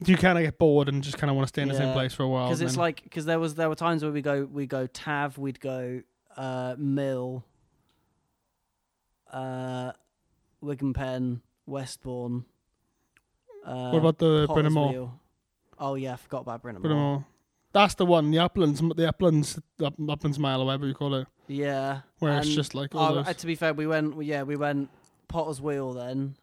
A: You kind of get bored and just kind of want to stay in the same
B: Yeah.
A: place for a while.
B: because it's
A: then.
B: like because there was there were times where we go we go tav we'd go uh mill uh wigan pen westbourne uh
A: what about the
B: Potter's
A: Bryn Mawr?
B: Wheel. oh yeah i forgot about Bryn
A: Bryn
B: Mawr.
A: Mawr. That's the one, the Uplands, the Uplands, up, Uplands Mile, or whatever you call it,
B: yeah
A: where it's
B: And-
A: just like all
B: Oh,
A: those.
B: uh, to be fair, we went. Yeah, we went Potter's Wheel then,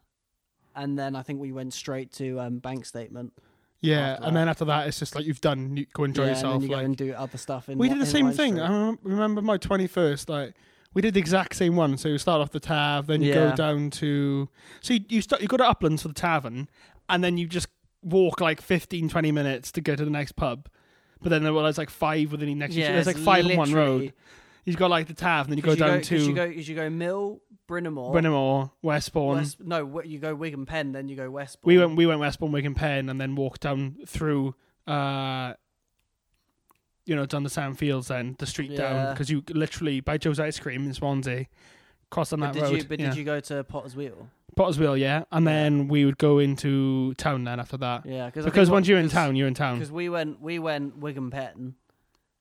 B: and then I think we went straight to um, Bank Statement.
A: yeah,
B: after
A: and
B: that.
A: then after that, it's just like you've done, you go enjoy
B: yeah,
A: yourself.
B: and then you
A: like,
B: go and do other stuff. In
A: we did
B: Li-
A: the
B: in
A: same
B: Lime
A: thing.
B: Street.
A: I remem- remember my twenty first. Like we did the exact same one. So you start off the Tav, then you go
B: Yeah.
A: down to. So you, you start. You go to Uplands for the tavern, and then you just walk like 15, 20 minutes to go to the next pub. But then there was like five within the next.
B: Yeah,
A: there's like
B: it's
A: five on one
B: literally-
A: road. You've got like the Tav, and then you
B: 'cause
A: go down
B: 'cause
A: to
B: you go, 'cause you go Mill, Brynamore,
A: Brennamore, Westbourne.
B: West, no, w- you go Wigan Pen, then you go Westbourne.
A: we went. We went Westbourne, Wigan Pen, and then walked down through. uh you know, down the Sandfields and the street down
B: Yeah.
A: because you literally by Joe's Ice Cream in Swansea, crossed on
B: But
A: that
B: did
A: road.
B: you? But
A: yeah.
B: did you go to Potter's Wheel?
A: Pottersville, yeah, and then we would go into town then after that
B: Yeah, cause I
A: because once
B: think what-
A: you're in
B: 'cause-
A: town, you're in town.
B: because we went we went Wigan Pen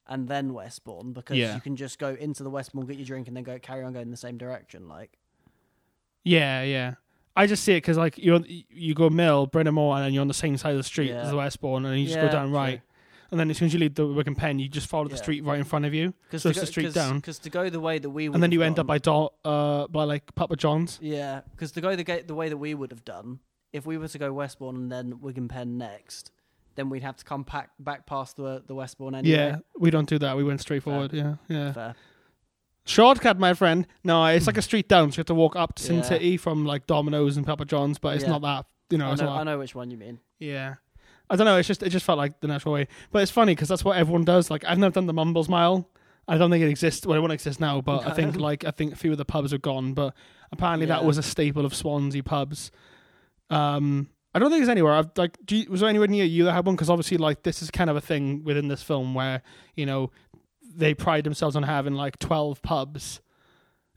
B: and then Westbourne because
A: Yeah.
B: you can just go into the Westbourne, get your drink, and then go carry on going the same direction. Like
A: Yeah, yeah. I just see it because like you you go Mill, Brennamore, and then you're on the same side of the street
B: Yeah.
A: as Westbourne, and you just go
B: Yeah,
A: down
B: true.
A: right, and then as soon as you leave the Wigan Pen, you just follow the
B: Yeah.
A: street right in front of you,
B: Cause
A: So
B: to
A: it's
B: go-
A: the street
B: cause,
A: down.
B: Because to go the way that we would
A: and then
B: have
A: you end up
B: gone-
A: by Do- uh by like Papa John's.
B: yeah. Because to go the ga- the way that we would have done, if we were to go Westbourne and then Wigan Pen next, then we'd have to come back back past the the Westbourne
A: Yeah,
B: anyway.
A: we don't do that. We went straight forward. Yeah, yeah.
B: Fair.
A: Shortcut, my friend. No, it's like a street down, so you have to walk up to Sin
B: Hmm. Yeah.
A: City from like Domino's and Papa John's, but it's
B: Yeah.
A: not that. You know,
B: I
A: it's
B: know
A: not
B: I know which one you mean.
A: Yeah. I don't know. It's just it just felt like the natural way, but it's funny because that's what everyone does. Like I've never done the Mumbles Mile. I don't think it exists. Well, it won't exist now, but I think like I think a few of the pubs are gone. But apparently that
B: Yeah.
A: was a staple of Swansea pubs. Um, I don't think there's anywhere. I've like, do you, was there anywhere near you that had one? Because obviously, like this is kind of a thing within this film where you know they pride themselves on having like twelve pubs.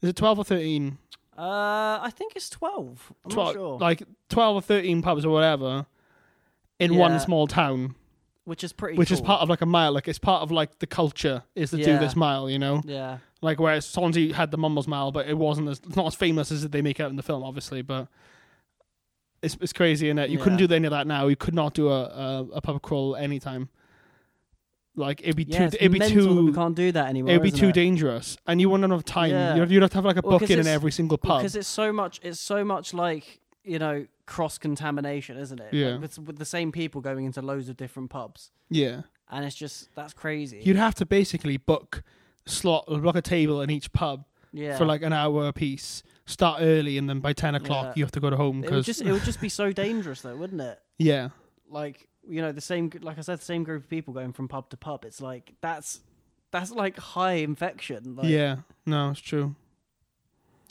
A: Is it twelve or thirteen?
B: Uh, I think it's twelve. I'm not
A: 12,
B: sure.
A: like twelve or thirteen pubs or whatever in one
B: Yeah.
A: small town.
B: which is pretty.
A: which is
B: cool.
A: part of like a mile. Like it's part of like the culture is to do
B: Yeah.
A: this mile, you know.
B: Yeah.
A: Like whereas Swansea had the Mumbles Mile, but it wasn't as it's not as famous as they make out in the film, obviously. But it's it's crazy in that you couldn't
B: Yeah.
A: do any of that now. You could not do a a, a pub crawl anytime. Like it'd be
B: Yeah,
A: too
B: it's
A: it'd be
B: mental that we
A: too
B: can't do that anymore.
A: it'd be
B: isn't
A: too
B: it?
A: dangerous, and you wouldn't have time.
B: Yeah.
A: You'd, have- you'd have to have like a
B: Well, 'cause
A: book in, in
B: it's-
A: every single pub.
B: because it's so much it's so much like you know cross contamination isn't it Like,
A: Yeah.
B: with, with the same people going into loads of different pubs
A: yeah,
B: and it's just that's crazy
A: you'd have to basically book slot book a table in each pub
B: yeah
A: for like an hour apiece. Start early, and then by ten o'clock
B: Yeah.
A: you have to go to home
B: it would
A: because
B: just it would just be so dangerous though wouldn't it
A: yeah,
B: like you know the same like i said the same group of people going from pub to pub it's like that's that's like high infection like,
A: yeah, no, it's true.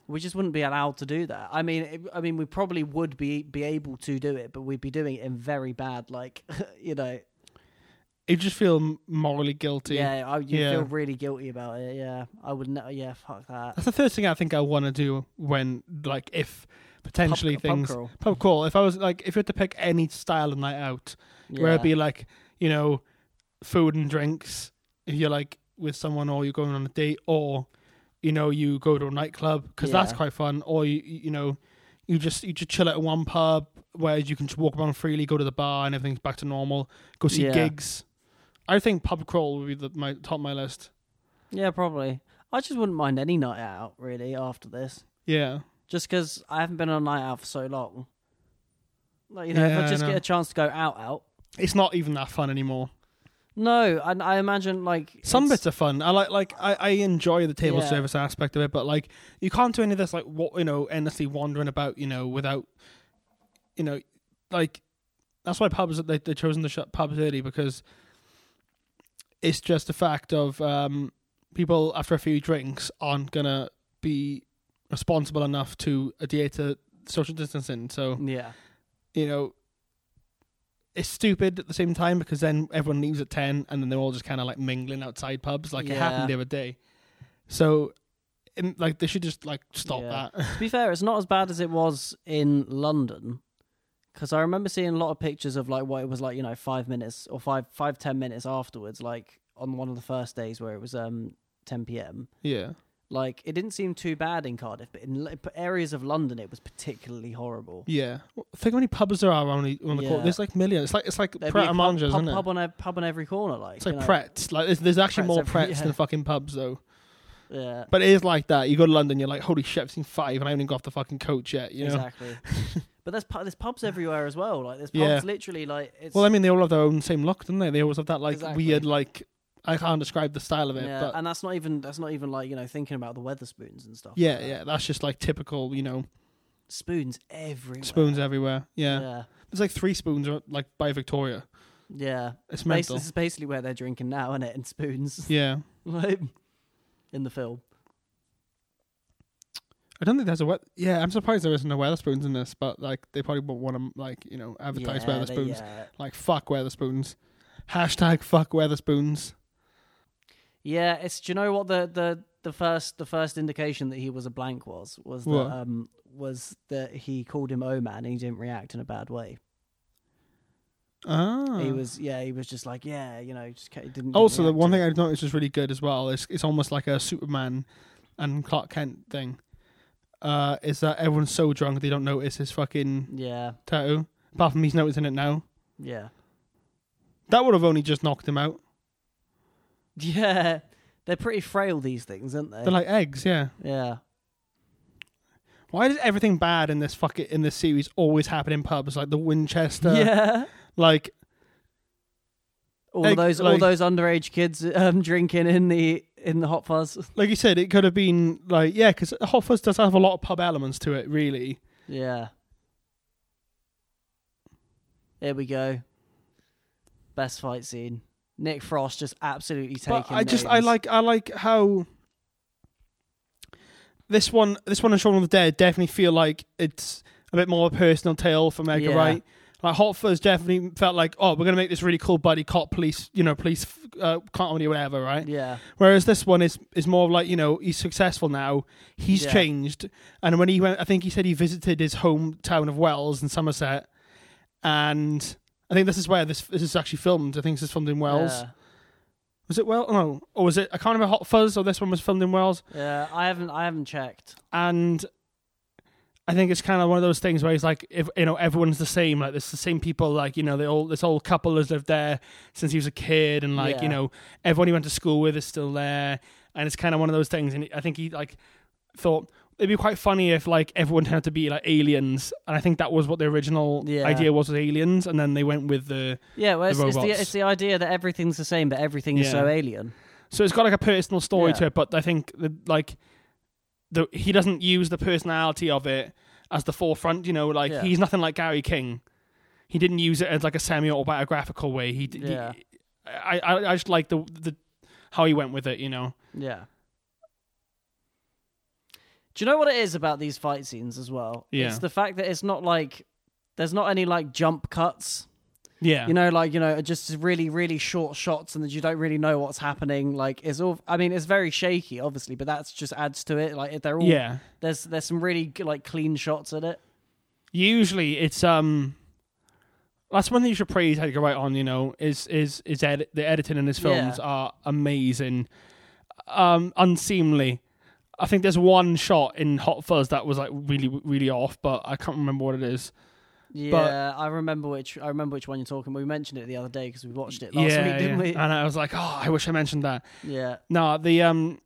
B: we just wouldn't be allowed to do that i mean it, i mean we probably would be be able to do it but we'd be doing it in very bad like you know
A: You just feel m- morally guilty.
B: Yeah, I, you
A: Yeah.
B: feel really guilty about it. Yeah, I would. Ne- yeah, fuck that.
A: That's the first thing I think I want to do when, like, if potentially
B: pub,
A: things
B: Pub crawl.
A: pub crawl. If I was like, if you had to pick any style of night out, where
B: Yeah.
A: it'd be like, you know, food and drinks. If you're like with someone, or you're going on a date, or you know, you go to a nightclub because that's
B: Yeah.
A: quite fun. Or you, you know, you just you just chill at one pub where you can just walk around freely, go to the bar, and everything's back to normal. Go see
B: Yeah.
A: gigs. I think pub crawl would be the, my top of my list.
B: yeah, probably. I just wouldn't mind any night out really after this,
A: Yeah,
B: just because I haven't been on a night out for so long. Like you know, if
A: Yeah,
B: I
A: I
B: just get
A: know.
B: a chance to go out, out.
A: it's not even that fun anymore.
B: No, and I imagine like
A: Some
B: it's-
A: bits are fun. I like like I, I enjoy the table
B: Yeah.
A: service aspect of it, but like you can't do any of this like what you know endlessly wandering about you know without you know like that's why pubs they they chosen to shut pubs early because it's just a fact of um, people after a few drinks aren't gonna be responsible enough to adhere to social distancing. So
B: Yeah,
A: you know. It's stupid at the same time because then everyone leaves at ten, and then they're all just kind of like mingling outside pubs, like it
B: Yeah.
A: happened the other day. So, in, like they should just like stop
B: Yeah.
A: that.
B: to be fair, it's not as bad as it was in London. Because I remember seeing a lot of pictures of like what it was like, you know, five minutes or five, five, ten minutes afterwards, like on one of the first days where it was um 10 p.m.
A: yeah,
B: Like it didn't seem too bad in Cardiff, but in li- areas of London, it was particularly horrible.
A: yeah. Well, Think how many pubs there are around the, around the
B: Yeah.
A: court. There's like millions. It's like it's like
B: There'd be
A: Pret
B: a
A: a
B: pub-
A: Manger,
B: pub,
A: isn't it?
B: pub on a pub on every corner, like
A: it's like
B: you know.
A: Pretz. Like there's, there's actually
B: Pretz
A: more
B: every-
A: Pretz
B: yeah.
A: than fucking pubs though.
B: Yeah,
A: But it is like that. You go to London, you're like, holy shit, I've seen five, and I haven't even got off the fucking coach yet. You know.
B: exactly. but there's pu- there's pubs everywhere as well. Like there's pubs
A: Yeah.
B: literally like it's
A: Well, I mean, they all have their own same look, don't they? They always have that like
B: Exactly.
A: weird like I can't describe the style of it,
B: yeah,
A: but
B: and that's not even that's not even like you know thinking about the Weatherspoons and stuff.
A: yeah,
B: like that.
A: yeah, that's just like typical, you know,
B: spoons everywhere.
A: spoons everywhere. Yeah.
B: Yeah,
A: there's like three spoons uh, like by Victoria.
B: yeah.
A: It's
B: Bas-
A: mental.
B: This is basically where they're drinking now, isn't it? In spoons,
A: Yeah,
B: like in the film.
A: I don't think there's a wet. Yeah, I'm surprised there isn't a Weatherspoons in this, but like they probably won't want to like you know advertise
B: yeah, they-
A: Weatherspoons.
B: yeah.
A: Like fuck Weatherspoons. Hashtag fuck Weatherspoons.
B: Yeah, it's do you know what the the the first the first indication that he was a blank was was that
A: What?
B: um was that he called him O man and he didn't react in a bad way.
A: Ah.
B: He was yeah, he was just like yeah, you know, just ca- didn't. didn't
A: also, the
B: react
A: one
B: to
A: thing
B: it.
A: I've noticed is really good as well. It's it's almost like a Superman and Clark Kent thing. Uh, is that everyone's so drunk they don't notice his fucking
B: yeah,
A: tattoo? Apart from he's noticing it now.
B: yeah,
A: That would have only just knocked him out.
B: yeah. They're pretty frail these things, aren't they?
A: They're like eggs, yeah.
B: yeah,
A: Why does everything bad in this fucking in this series always happen in pubs? Like the Winchester,
B: yeah.
A: like
B: All
A: Egg-
B: those all
A: like-
B: those underage kids um drinking in the in the hot fuzz.
A: like you said, it could have been like yeah, because Hot Fuzz does have a lot of pub elements to it, really.
B: Yeah. There we go. Best fight scene. Nick Frost just absolutely taking.
A: But I just I
B: names.
A: like I like how this one this one and Shaun of the Dead definitely feel like it's a bit more of a personal tale for Edgar
B: Yeah.
A: Wright. Like Hot Fuzz definitely felt like oh we're gonna make this really cool buddy cop police you know police uh, comedy or whatever right.
B: Yeah,
A: Whereas this one is is more of like you know he's successful now, he's
B: Yeah.
A: changed, and when he went, I think he said he visited his hometown of Wells in Somerset, and I think this is where this this is actually filmed. I think this is filmed in Wells.
B: Yeah.
A: Was it Wells? No, or was it? I can't remember. Hot Fuzz or this one was filmed in Wells,
B: Yeah, I haven't. I haven't checked.
A: and I think it's kind of one of those things where it's like, if you know, everyone's the same. Like, it's the same people. Like, you know, they all this old couple has lived there since he was a kid, and like,
B: Yeah.
A: you know, everyone he went to school with is still there. And it's kind of one of those things. And I think he like thought it'd be quite funny if like everyone turned out to be like aliens. And I think that was what the original
B: Yeah.
A: idea was with aliens. And then they went with the
B: Yeah, well, it's,
A: The
B: it's, the,
A: robots.
B: it's the idea that everything's the same, but everything is
A: Yeah.
B: so alien.
A: So it's got like a personal story
B: Yeah.
A: to it, but I think the, like the he doesn't use the personality of it as the forefront. You know, like
B: Yeah.
A: he's nothing like Gary King. He didn't use it as like a semi autobiographical way. He, d- he-
B: Yeah.
A: I, I I just like the the how he went with it. You know,
B: Yeah. Do you know what it is about these fight scenes as well?
A: Yeah.
B: It's the fact that it's not like there's not any like jump cuts.
A: yeah,
B: You know, like you know, just really, really short shots, and that you don't really know what's happening. Like it's all. I mean, it's very shaky, obviously, but that's just adds to it. Like they're all.
A: yeah.
B: There's there's some really g- like clean shots in it.
A: Usually it's um. That's one thing you should praise Edgar Wright on. You know, is is is ed- the editing in his films
B: Yeah.
A: are amazing, um, unseemly. I think there's one shot in Hot Fuzz that was like really really off, but I can't remember what it is.
B: Yeah, I remember which. I remember which one you're talking. We mentioned it the other day because we watched it last
A: yeah,
B: week, didn't
A: yeah.
B: we?
A: and I was like, oh, I wish I mentioned that.
B: yeah,
A: No, the um,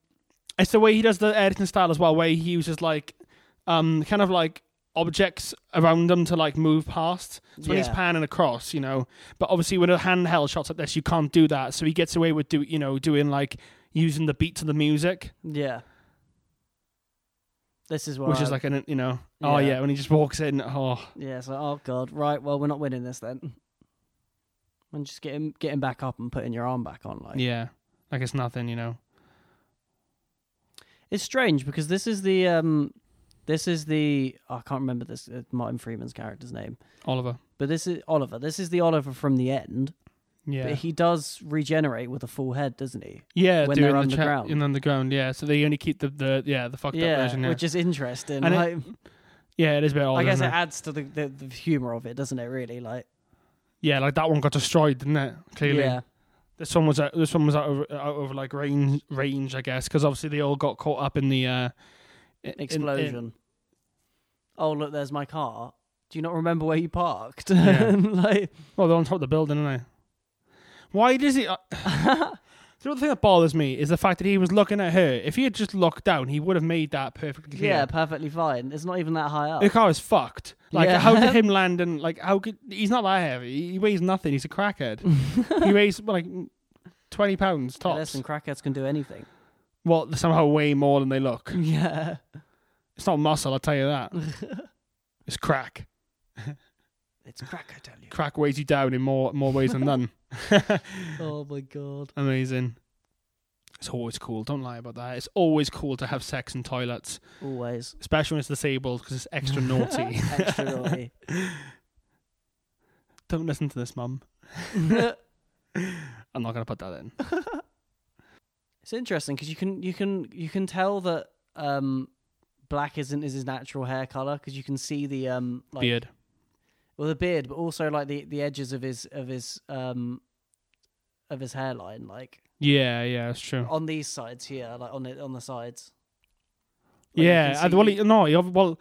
A: it's the way he does the editing style as well, where he uses like, um, kind of like objects around him to like move past. So when he's
B: Yeah.
A: panning across, you know, but obviously with a handheld shots like this, you can't do that. So he gets away with do you know doing like using the beat to the music,
B: yeah. This is where
A: which
B: I-
A: is like an you know, oh
B: Yeah.
A: yeah, when he just walks in, oh
B: Yeah, so oh god, right. Well, we're not winning this then. And just get him, get him back up and putting your arm back on. Like
A: yeah, like it's nothing, you know.
B: it's strange because this is the um, this is the oh, I can't remember this uh, Martin Freeman's character's name,
A: Oliver,
B: but this is Oliver. This is the Oliver from the end.
A: yeah,
B: But he does regenerate with a full head, doesn't he?
A: yeah,
B: when
A: doing
B: they're
A: the
B: underground.
A: in underground, yeah. So they only keep the the yeah the fucked up version, yeah.
B: which is interesting.
A: And it-
B: like,
A: yeah, it is a bit odd.
B: I guess
A: isn't
B: it
A: it?
B: adds to the, the the humor of it, doesn't it? Really, like
A: Yeah, like that one got destroyed, didn't it? Clearly,
B: yeah,
A: this one was out, this one was out of, out of like range, range, I guess, because obviously they all got caught up in the uh, in- in-
B: explosion. Oh look, there's my car. Do you not remember where you parked?
A: Yeah.
B: like
A: well, they're on top of the building, aren't they? Why does he? Uh, the other thing that bothers me is the fact that he was looking at her. If he had just looked down, he would have made that perfectly clear.
B: Yeah, perfectly fine. It's not even that high up.
A: The car is fucked. Like,
B: Yeah.
A: how did him land and like how could he's not that heavy? He weighs nothing. He's a crackhead. he weighs well, like twenty pounds
B: Yeah,
A: tops.
B: Listen, crackheads can do anything.
A: well, somehow way more than they look.
B: Yeah.
A: It's not muscle, I'll tell you that. it's crack.
B: It's crack, I tell you.
A: Crack weighs you down in more more ways than none.
B: Oh my god.
A: Amazing. It's always cool. Don't lie about that. It's always cool to have sex in toilets,
B: Always.
A: especially when it's disabled because it's extra naughty.
B: Extra naughty.
A: Don't listen to this, mum. I'm not gonna put that in.
B: it's interesting because you can you can you can tell that um black isn't is his natural hair color because you can see the um like
A: Beard.
B: well the beard but also like the the edges of his of his um of his hairline like
A: Yeah, yeah, that's true.
B: on these sides here like on it on the sides Like, you
A: yeah,
B: can
A: and
B: see-
A: well, he, no, he, ob- well,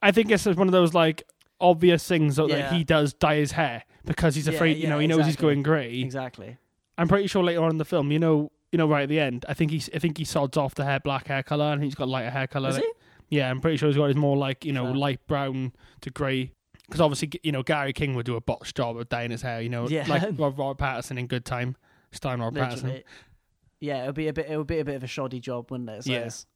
A: I think it's just one of those like obvious things that like,
B: Yeah.
A: he does dye his hair because he's
B: Yeah,
A: afraid. you
B: yeah,
A: know, he knows he's
B: exactly.
A: going grey.
B: exactly
A: I'm pretty sure later on in the film, you know, you know, right at the end, I think he, I think he sods off the hair black hair color, and he's got lighter hair color.
B: Is he?
A: Yeah, I'm pretty sure he's got his more like you know
B: Fair.
A: light brown to grey. Because obviously, g- you know, Gary King would do a botched job of dyeing his hair. You know,
B: Yeah.
A: like Rob, Robert Patterson in Good Time, starring Robert Patterson.
B: Literally. Yeah, it would be a bit. It would be a bit of a shoddy job, wouldn't it? So
A: Yeah.
B: it's-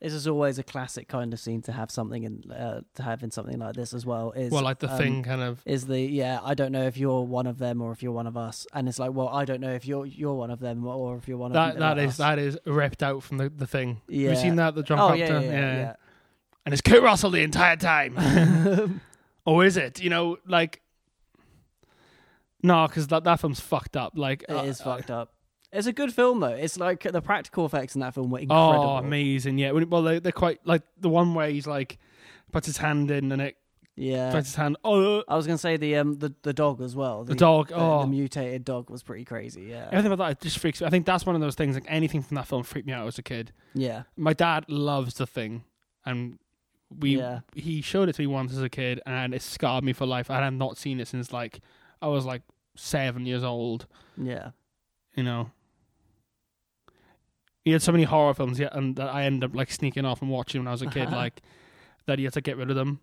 B: This is always a classic kind of scene to have something in uh, to have in something like this as well. Is
A: Well, like the
B: um,
A: thing, kind of.
B: is the yeah. I don't know if you're one of them or if you're one of us, and it's like, well, I don't know if you're you're one of them or if you're one of
A: That
B: them.
A: that is that is ripped out from the, the thing. Have
B: Yeah.
A: you seen that the John
B: Oh yeah,
A: Carpenter?
B: yeah, yeah,
A: And it's Kurt Russell the entire time, or is it? You know, like no, because that that film's fucked up. Like uh,
B: yeah. It is fucked up. It's a good film though. It's like the practical effects in that film were incredible.
A: Oh, amazing! Yeah, well, they, they're quite like the one where he's like puts his hand in and it
B: yeah.
A: puts his hand. Oh,
B: I was gonna say the um the, the dog as well.
A: the dog.
B: the,
A: oh,
B: the mutated dog was pretty crazy. Yeah,
A: everything about that just freaks. me. I think that's one of those things. Like anything from that film freaked me out as a kid.
B: yeah.
A: My dad loves the thing, and We
B: Yeah.
A: he showed it to me once as a kid, and it scarred me for life. And I've not seen it since like I was like seven years old.
B: Yeah.
A: You know. He had so many horror films, yeah, and that I ended up like sneaking off and watching when I was a kid, like that. You had to get rid of them.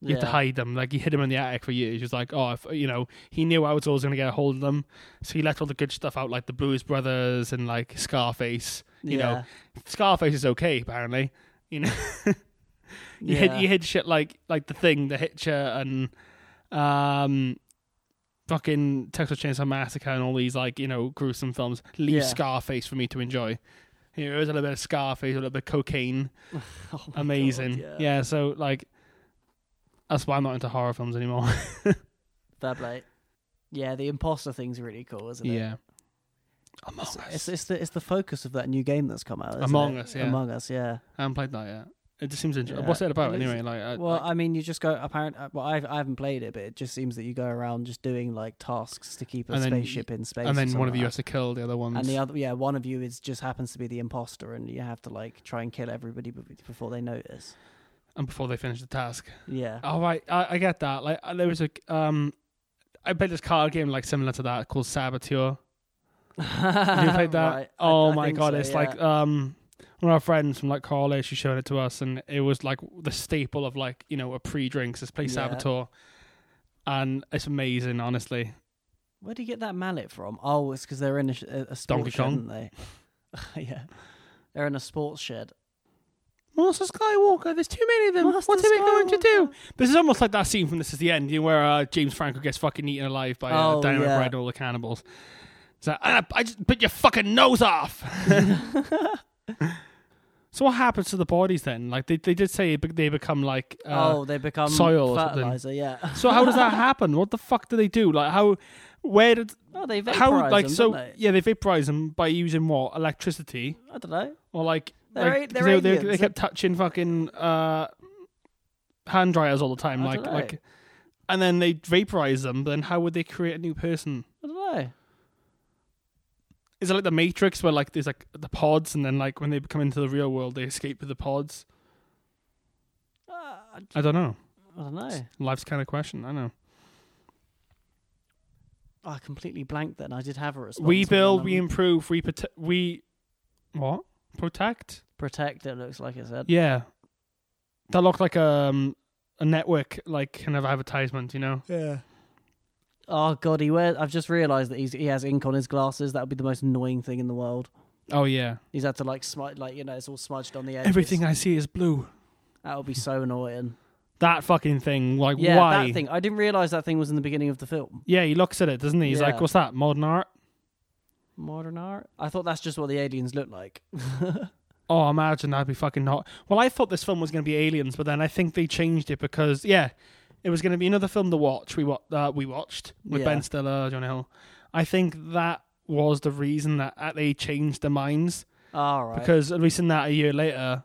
A: You had to
B: Yeah.
A: hide them. Like he hid them in the attic for years. He was like, oh, if, you know, he knew I was always going to get a hold of them, so he let all the good stuff out, like the Blues Brothers and like Scarface. you know,
B: Yeah.
A: Scarface is okay, apparently. You know, you hit
B: Yeah.
A: you hit shit like like the thing, the Hitcher, and um, fucking Texas Chainsaw Massacre, and all these like you know gruesome films. Leave
B: Yeah.
A: Scarface for me to enjoy. You know, there's a little bit of Scarface, a little bit of cocaine,
B: Oh my
A: amazing.
B: God,
A: yeah. so like that's why I'm not into horror films anymore.
B: Fair play. Yeah, the imposter thing's really cool, isn't it?
A: yeah, Among
B: It's,
A: Us.
B: it's, it's the it's the focus of that new game that's come out. Isn't
A: Among
B: it?
A: Us, yeah.
B: Among Us, yeah.
A: I haven't played that yet. It just seems interesting.
B: Yeah.
A: What's it about
B: It looks-
A: anyway? Like, uh, I,
B: Well,
A: like-
B: I mean, you just go apparent. uh, Well, I've, I haven't played it, but it just seems that you go around just doing like tasks to keep a
A: And then
B: spaceship in space.
A: and
B: or
A: then one of
B: something
A: you
B: like
A: has to kill the other
B: that.
A: ones.
B: and the other, yeah, one of you is just happens to be the imposter, and you have to like try and kill everybody be- before they notice.
A: and before they finish the task.
B: Yeah,
A: All Oh, right, I, I get that. Like uh, there was a um, I played this card game like similar to that called Saboteur. Have you played that?
B: Right. I-
A: Oh
B: I
A: my
B: think
A: god,
B: so,
A: it's
B: yeah.
A: like um, one of our friends from like college. She showed it to us, and it was like the staple of like you know a pre-drinks. Let's play
B: Yeah.
A: Saboteur, and it's amazing. Honestly,
B: Where do you get that mallet from? Oh, it's because they're in a, sh- a a sports
A: Donkey
B: shed,
A: Kong.
B: aren't they? yeah, they're in a sports shed.
A: Master Skywalker, there's too many of them.
B: Master
A: what are we going to do?
B: Skywalker.
A: This is almost like that scene from This Is the End, you know, where uh, James Franco gets fucking eaten alive by uh,
B: Oh,
A: dynamite
B: yeah.
A: bread and all the cannibals. It's like, "Ah, I just bit your fucking nose off. Uh, so what happens to the bodies then? Like they, they did say be- they become like. Uh,
B: oh, they become
A: soil or something.
B: fertilizer. Yeah.
A: So how does that happen? What the fuck do they do? Like how? Where did
B: Oh, they vaporize
A: how like
B: them,
A: so?
B: don't they?
A: Yeah, they vaporize them by using what electricity
B: I don't know.
A: or like
B: They're
A: like, 'cause
B: a- they're
A: they, they,
B: aliens.
A: they kept touching fucking uh, hand dryers all the time,
B: I
A: like
B: dunno.
A: like, and then they vaporize them. But then how would they create a new person?
B: I don't know.
A: Is it like the Matrix where like there's like the pods, and then like when they come into the real world, they escape with the pods?
B: Uh, I
A: Ah, I don't know.
B: I don't know.
A: Life's kind of question. I know.
B: Oh, I completely blanked then. I did have a response.
A: we
B: but then
A: build,
B: I'm-
A: we improve, we prote- we what protect?
B: protect. It looks like it said.
A: Yeah, that looked like um, a network like kind of advertisement, you know.
B: Yeah. Oh god, he wears. I've just realised that he's he has ink on his glasses. That would be the most annoying thing in the world.
A: Oh yeah,
B: He's had to like smudge, like you know, it's all smudged on the edge.
A: everything I see is blue.
B: That would be so annoying.
A: That fucking thing, like
B: Yeah,
A: why?
B: that thing. I didn't realise that thing was in the beginning of the film.
A: Yeah, he looks at it, doesn't he? He's like,
B: Yeah.
A: "What's that? Modern art?"
B: Modern art. I thought that's just what the aliens look like.
A: Oh, imagine that'd be fucking not. Well, I thought this film was going to be Aliens, but then I think they changed it because yeah, it was going to be another film to watch. We wa- uh, we watched with
B: Yeah.
A: Ben Stiller, John Hill. I think that was the reason that uh, they changed their minds
B: All right.
A: because at least in that a year later.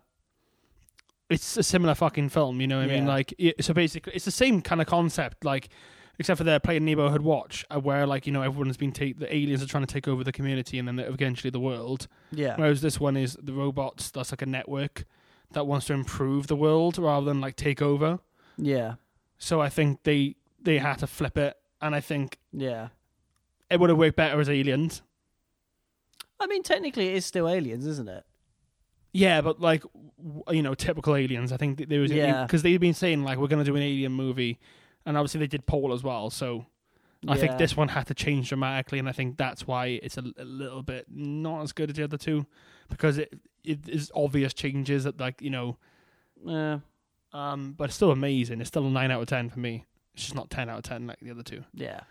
A: It's a similar fucking film, you know what I mean?
B: Yeah.
A: Like, it, so basically, it's the same kind of concept, like, except for they're playing neighborhood watch, uh, where, like, you know, everyone's been, take the aliens are trying to take over the community and then eventually the world.
B: yeah.
A: Whereas this one is the robots. That's like a network that wants to improve the world rather than like take over.
B: Yeah.
A: So I think they they had to flip it, and I think
B: Yeah.
A: it would have worked better as aliens.
B: I mean, technically, it is still aliens, isn't it?
A: Yeah, but like w- you know, typical aliens. I think th- there was
B: Yeah.
A: because they've been saying like we're gonna do an alien movie, and obviously they did Paul as well. So I
B: Yeah.
A: think this one had to change dramatically, and I think that's why it's a, a little bit not as good as the other two because it it is obvious changes that like you know
B: Yeah.
A: Um, but it's still amazing. It's still a nine out of ten for me. It's just not ten out of ten like the other two.
B: Yeah.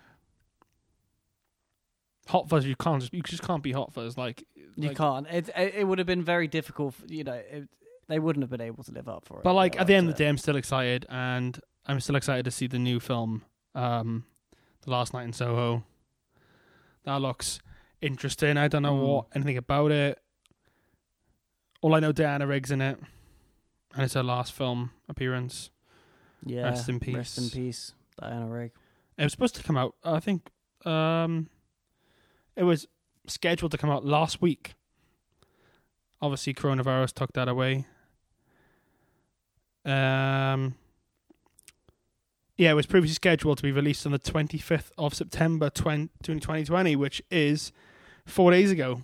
A: Hot Fuzz, you can't just you just can't be Hot Fuzz. Like
B: You
A: like-
B: can't. It, it it would have been very difficult. For, you know, it, they wouldn't have been able to live up for it.
A: But like
B: Yeah,
A: at the
B: that's
A: end of the
B: it.
A: day, I'm still excited, and I'm still excited to see the new film, um, The Last Night in Soho. That looks interesting. I don't know
B: Mm.
A: what anything about it. All I know, Diana Riggs in it, and it's her last film appearance.
B: yeah,
A: rest in
B: Rest in
A: peace.
B: peace, Diana Rigg.
A: It was supposed to come out. I think um, it was scheduled to come out last week. Obviously, coronavirus took that away. Um, yeah, it was previously scheduled to be released on the 25th of September 20, 2020, which is four days ago.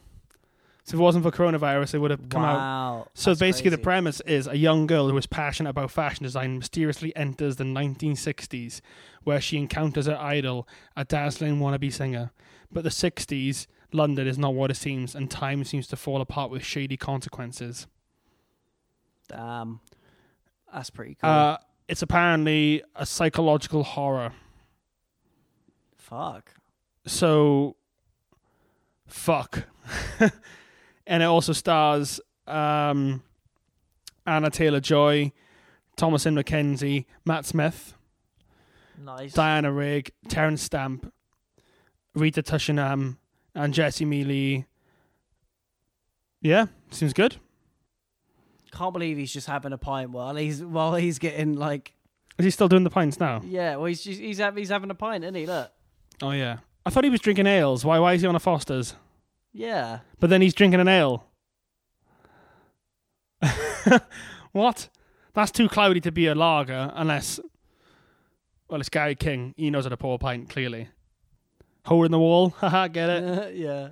A: So if it wasn't for coronavirus, it would have come out
B: wow.
A: so
B: that's
A: basically, the
B: crazy.
A: premise is a young girl who is passionate about fashion design mysteriously enters the 1960s, where she encounters her idol, a dazzling wannabe singer. But the 60s, London, is not what it seems, and time seems to fall apart with shady consequences.
B: Damn. That's pretty cool.
A: Uh, it's apparently a psychological horror.
B: Fuck.
A: So, fuck. and it also stars um, Anna Taylor Joy, Thomasin McKenzie, Matt Smith.
B: Nice.
A: Diana Rigg, Terence Stamp, Rita Tushinam, and Jesse Mealy. Yeah, seems good.
B: Can't believe he's just having a pint while he's while he's getting like
A: Is he still doing the pints now?
B: yeah. Well, he's just, he's having he's having a pint, isn't he? Look.
A: Oh yeah. I thought he was drinking ales. Why? Why is he on a Foster's?
B: Yeah.
A: But then he's drinking an ale. what? That's too cloudy to be a lager, unless. Well, it's Gary King. He knows how to pour a pint. Clearly. Hole in the wall. Haha, get it.
B: yeah.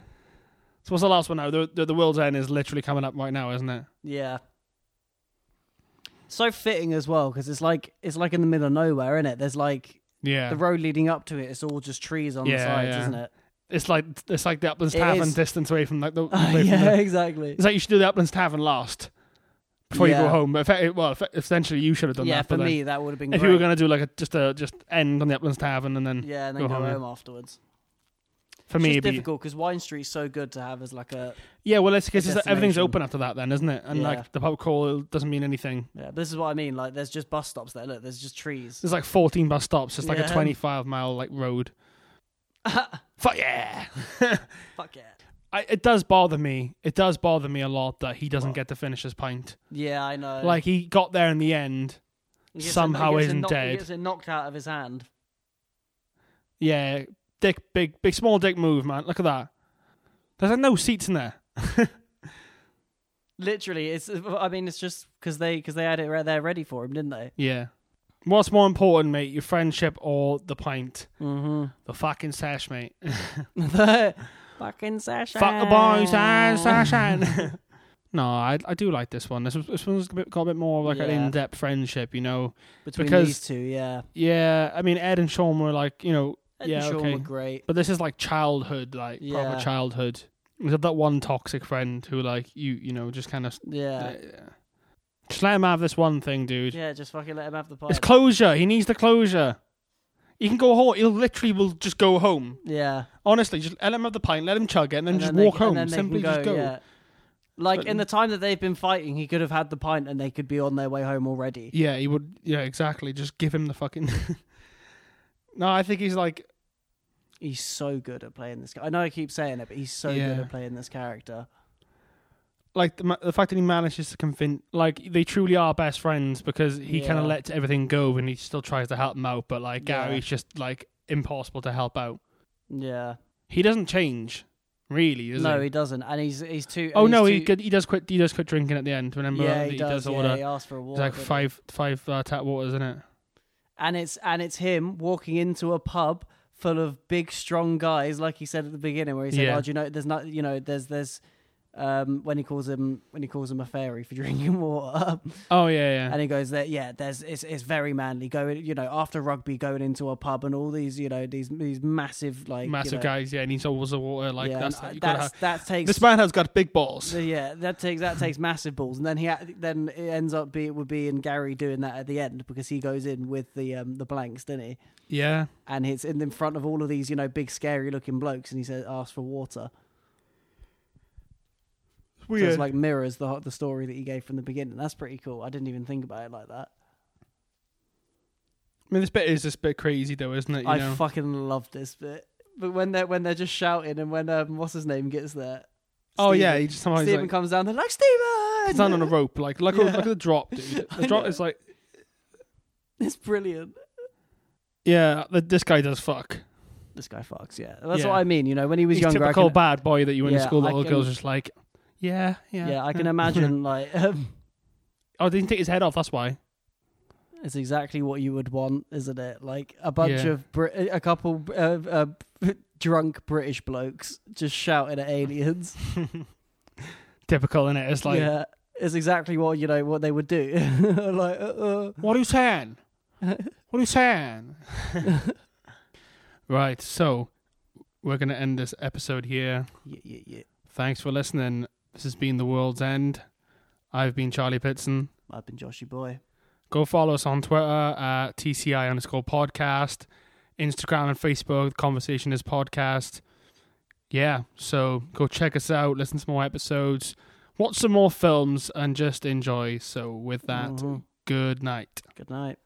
A: So what's the last one now? The, the the world's end is literally coming up right now, isn't it?
B: Yeah. So fitting as well because it's like it's like in the middle of nowhere, isn't it? There's like
A: Yeah.
B: the road leading up to it. It's all just trees on the
A: Yeah,
B: sides,
A: yeah.
B: isn't it?
A: It's like it's like the Uplands
B: It
A: Tavern
B: is. Oh,
A: distance away from like the. away from
B: yeah,
A: the-
B: exactly.
A: it's like you should do the Uplands Tavern last before you
B: Yeah.
A: go home. But effect- well, effect- essentially you should have done
B: Yeah,
A: that.
B: for
A: but then
B: me that would have been
A: if
B: great.
A: you were going to do like a just a just end on the Uplands Tavern and then
B: yeah, and
A: go
B: then go
A: home,
B: home,
A: yeah.
B: afterwards.
A: for
B: it's
A: me
B: just
A: it'd be-
B: difficult because Wine Street's so good to have as like a
A: yeah, well, it's because everything's
B: Destination.
A: open after that then, isn't it? And
B: Yeah.
A: like the pub call doesn't mean anything.
B: yeah. But this is what I mean. Like, there's just bus stops there. Look, there's just trees.
A: There's like 14 bus stops. It's like a
B: Yeah.
A: 25 mile like road. Fuck yeah!
B: Fuck yeah.
A: I, it does bother me. It does bother me a lot that he doesn't
B: What?
A: get to finish his pint.
B: Yeah, I know.
A: Like he got there in the end.
B: He gets it-
A: somehow
B: he gets it
A: isn't
B: knocked-
A: dead.
B: He gets it knocked out of his hand.
A: Yeah, dick, big, big, small dick move, man. Look at that. There's like no seats in there.
B: Literally, it's. I mean, it's just because they because they had it right there ready for him, didn't they?
A: Yeah. What's more important, mate? Your friendship or the pint?
B: Mm-hmm.
A: The fucking sash, mate.
B: Fucking Sasha.
A: Fuck the boys, ah, sash. no, I I do like this one. This was, this one's a bit, got a bit more of like an
B: Yeah.
A: in-depth friendship, you know.
B: Between
A: Because-
B: these two, yeah.
A: Yeah, I mean Ed and Sean were like, you know,
B: Ed
A: yeah,
B: and Sean
A: okay.
B: were great.
A: But this is like childhood, like
B: Yeah.
A: proper childhood. We have that one toxic friend who, like, you you know, just kind of
B: Yeah.
A: just let him have this one thing, dude.
B: Yeah, just fucking let him have the
A: It's
B: pint.
A: closure. He needs the closure. He can go home. He'll literally will just go home.
B: yeah.
A: Honestly, just let him have the pint, let him chug it, and then just
B: they
A: walk
B: can- and
A: home.
B: then they can
A: Simply just go. Yeah.
B: Like
A: But-
B: in the time that they've been fighting, he could have had the pint and they could be on their way home already.
A: he would. Yeah, exactly. Just give him the fucking. no, I think he's like.
B: He's so good at playing this. ca- I know I keep saying it, but he's so
A: Yeah.
B: good at playing this character.
A: Like the, ma- the fact that he manages to convince, like they truly are best friends because he kind of
B: Yeah.
A: lets everything go and he still tries to help him out, but like
B: Yeah.
A: Gary's just like impossible to help out.
B: Yeah.
A: He doesn't change, really, does
B: no,
A: he?
B: he doesn't, and he's he's too.
A: Oh
B: and
A: no,
B: he's
A: he
B: too-
A: could, he does quit. He does quit drinking at the end. Remember,
B: Yeah,
A: that
B: he, does.
A: order.
B: yeah, he asked for a walk.
A: It's like
B: didn't he?
A: five five uh, tap waters in it.
B: and it's and it's him walking into a pub full of big strong guys like he said at the beginning where he said
A: Yeah.
B: oh do you know there's not you know there's there's um when he calls him when he calls him a fairy for drinking water
A: Oh yeah, yeah.
B: and he goes there yeah there's it's it's very manly going you know after rugby going into a pub and all these you know these these massive like you
A: Massive
B: know-
A: guys. Yeah, and he's always the water. Like
B: yeah,
A: that's
B: and,
A: that.
B: uh,
A: You gotta
B: that's
A: have-
B: that takes
A: This man has got big balls.
B: yeah, that takes that takes massive balls, and then he act- then it ends up be would be in Gary doing that at the end because he goes in with the um the blanks, doesn't he?
A: Yeah,
B: and it's in, in front of all of these, you know, big scary looking blokes, and he says, "Ask for water." So
A: weird.
B: it's like mirrors the the story that he gave from the beginning. That's pretty cool. I didn't even think about it like that.
A: I mean, this bit is just a bit crazy though, isn't it? You
B: I
A: know,
B: fucking love this bit. But when they're when they're just shouting, and when um, what's his name gets there,
A: Oh,
B: Stephen-
A: yeah, he just somehow he's
B: Stephen
A: like-
B: comes down. They're like Stephen.
A: it's not on a rope. Like look,
B: Yeah.
A: look at the drop, dude. The
B: I
A: drop
B: know.
A: is like,
B: It's brilliant.
A: yeah, the, this guy does fuck.
B: This guy fucks. Yeah, that's
A: Yeah.
B: what I mean. You know, when he was
A: He's
B: younger, I
A: typical
B: can,
A: bad boy that you went
B: Yeah,
A: to school.
B: I
A: That all
B: can-
A: girls just like, yeah, yeah.
B: yeah, I can imagine like um,
A: oh, they didn't take his head off. That's why.
B: It's exactly what you would want, isn't it? Like a bunch
A: Yeah.
B: of Brit- a couple uh, uh, drunk British blokes just shouting at aliens.
A: Typical, in it? It's like,
B: yeah, it's exactly what you know what they would do. like, uh, uh.
A: what are you saying? what are you saying? right, so we're going to end this episode here.
B: yeah, yeah, yeah.
A: Thanks for listening. This has been The World's End. I've been Charlie Pitson.
B: I've been Joshy boy.
A: Go follow us on Twitter at TCI underscore podcast, Instagram and Facebook. The conversation is podcast. Yeah, so go check us out, listen to more episodes, watch some more films, and just enjoy. So, with that,
B: Mhm.
A: good night.
B: Good night.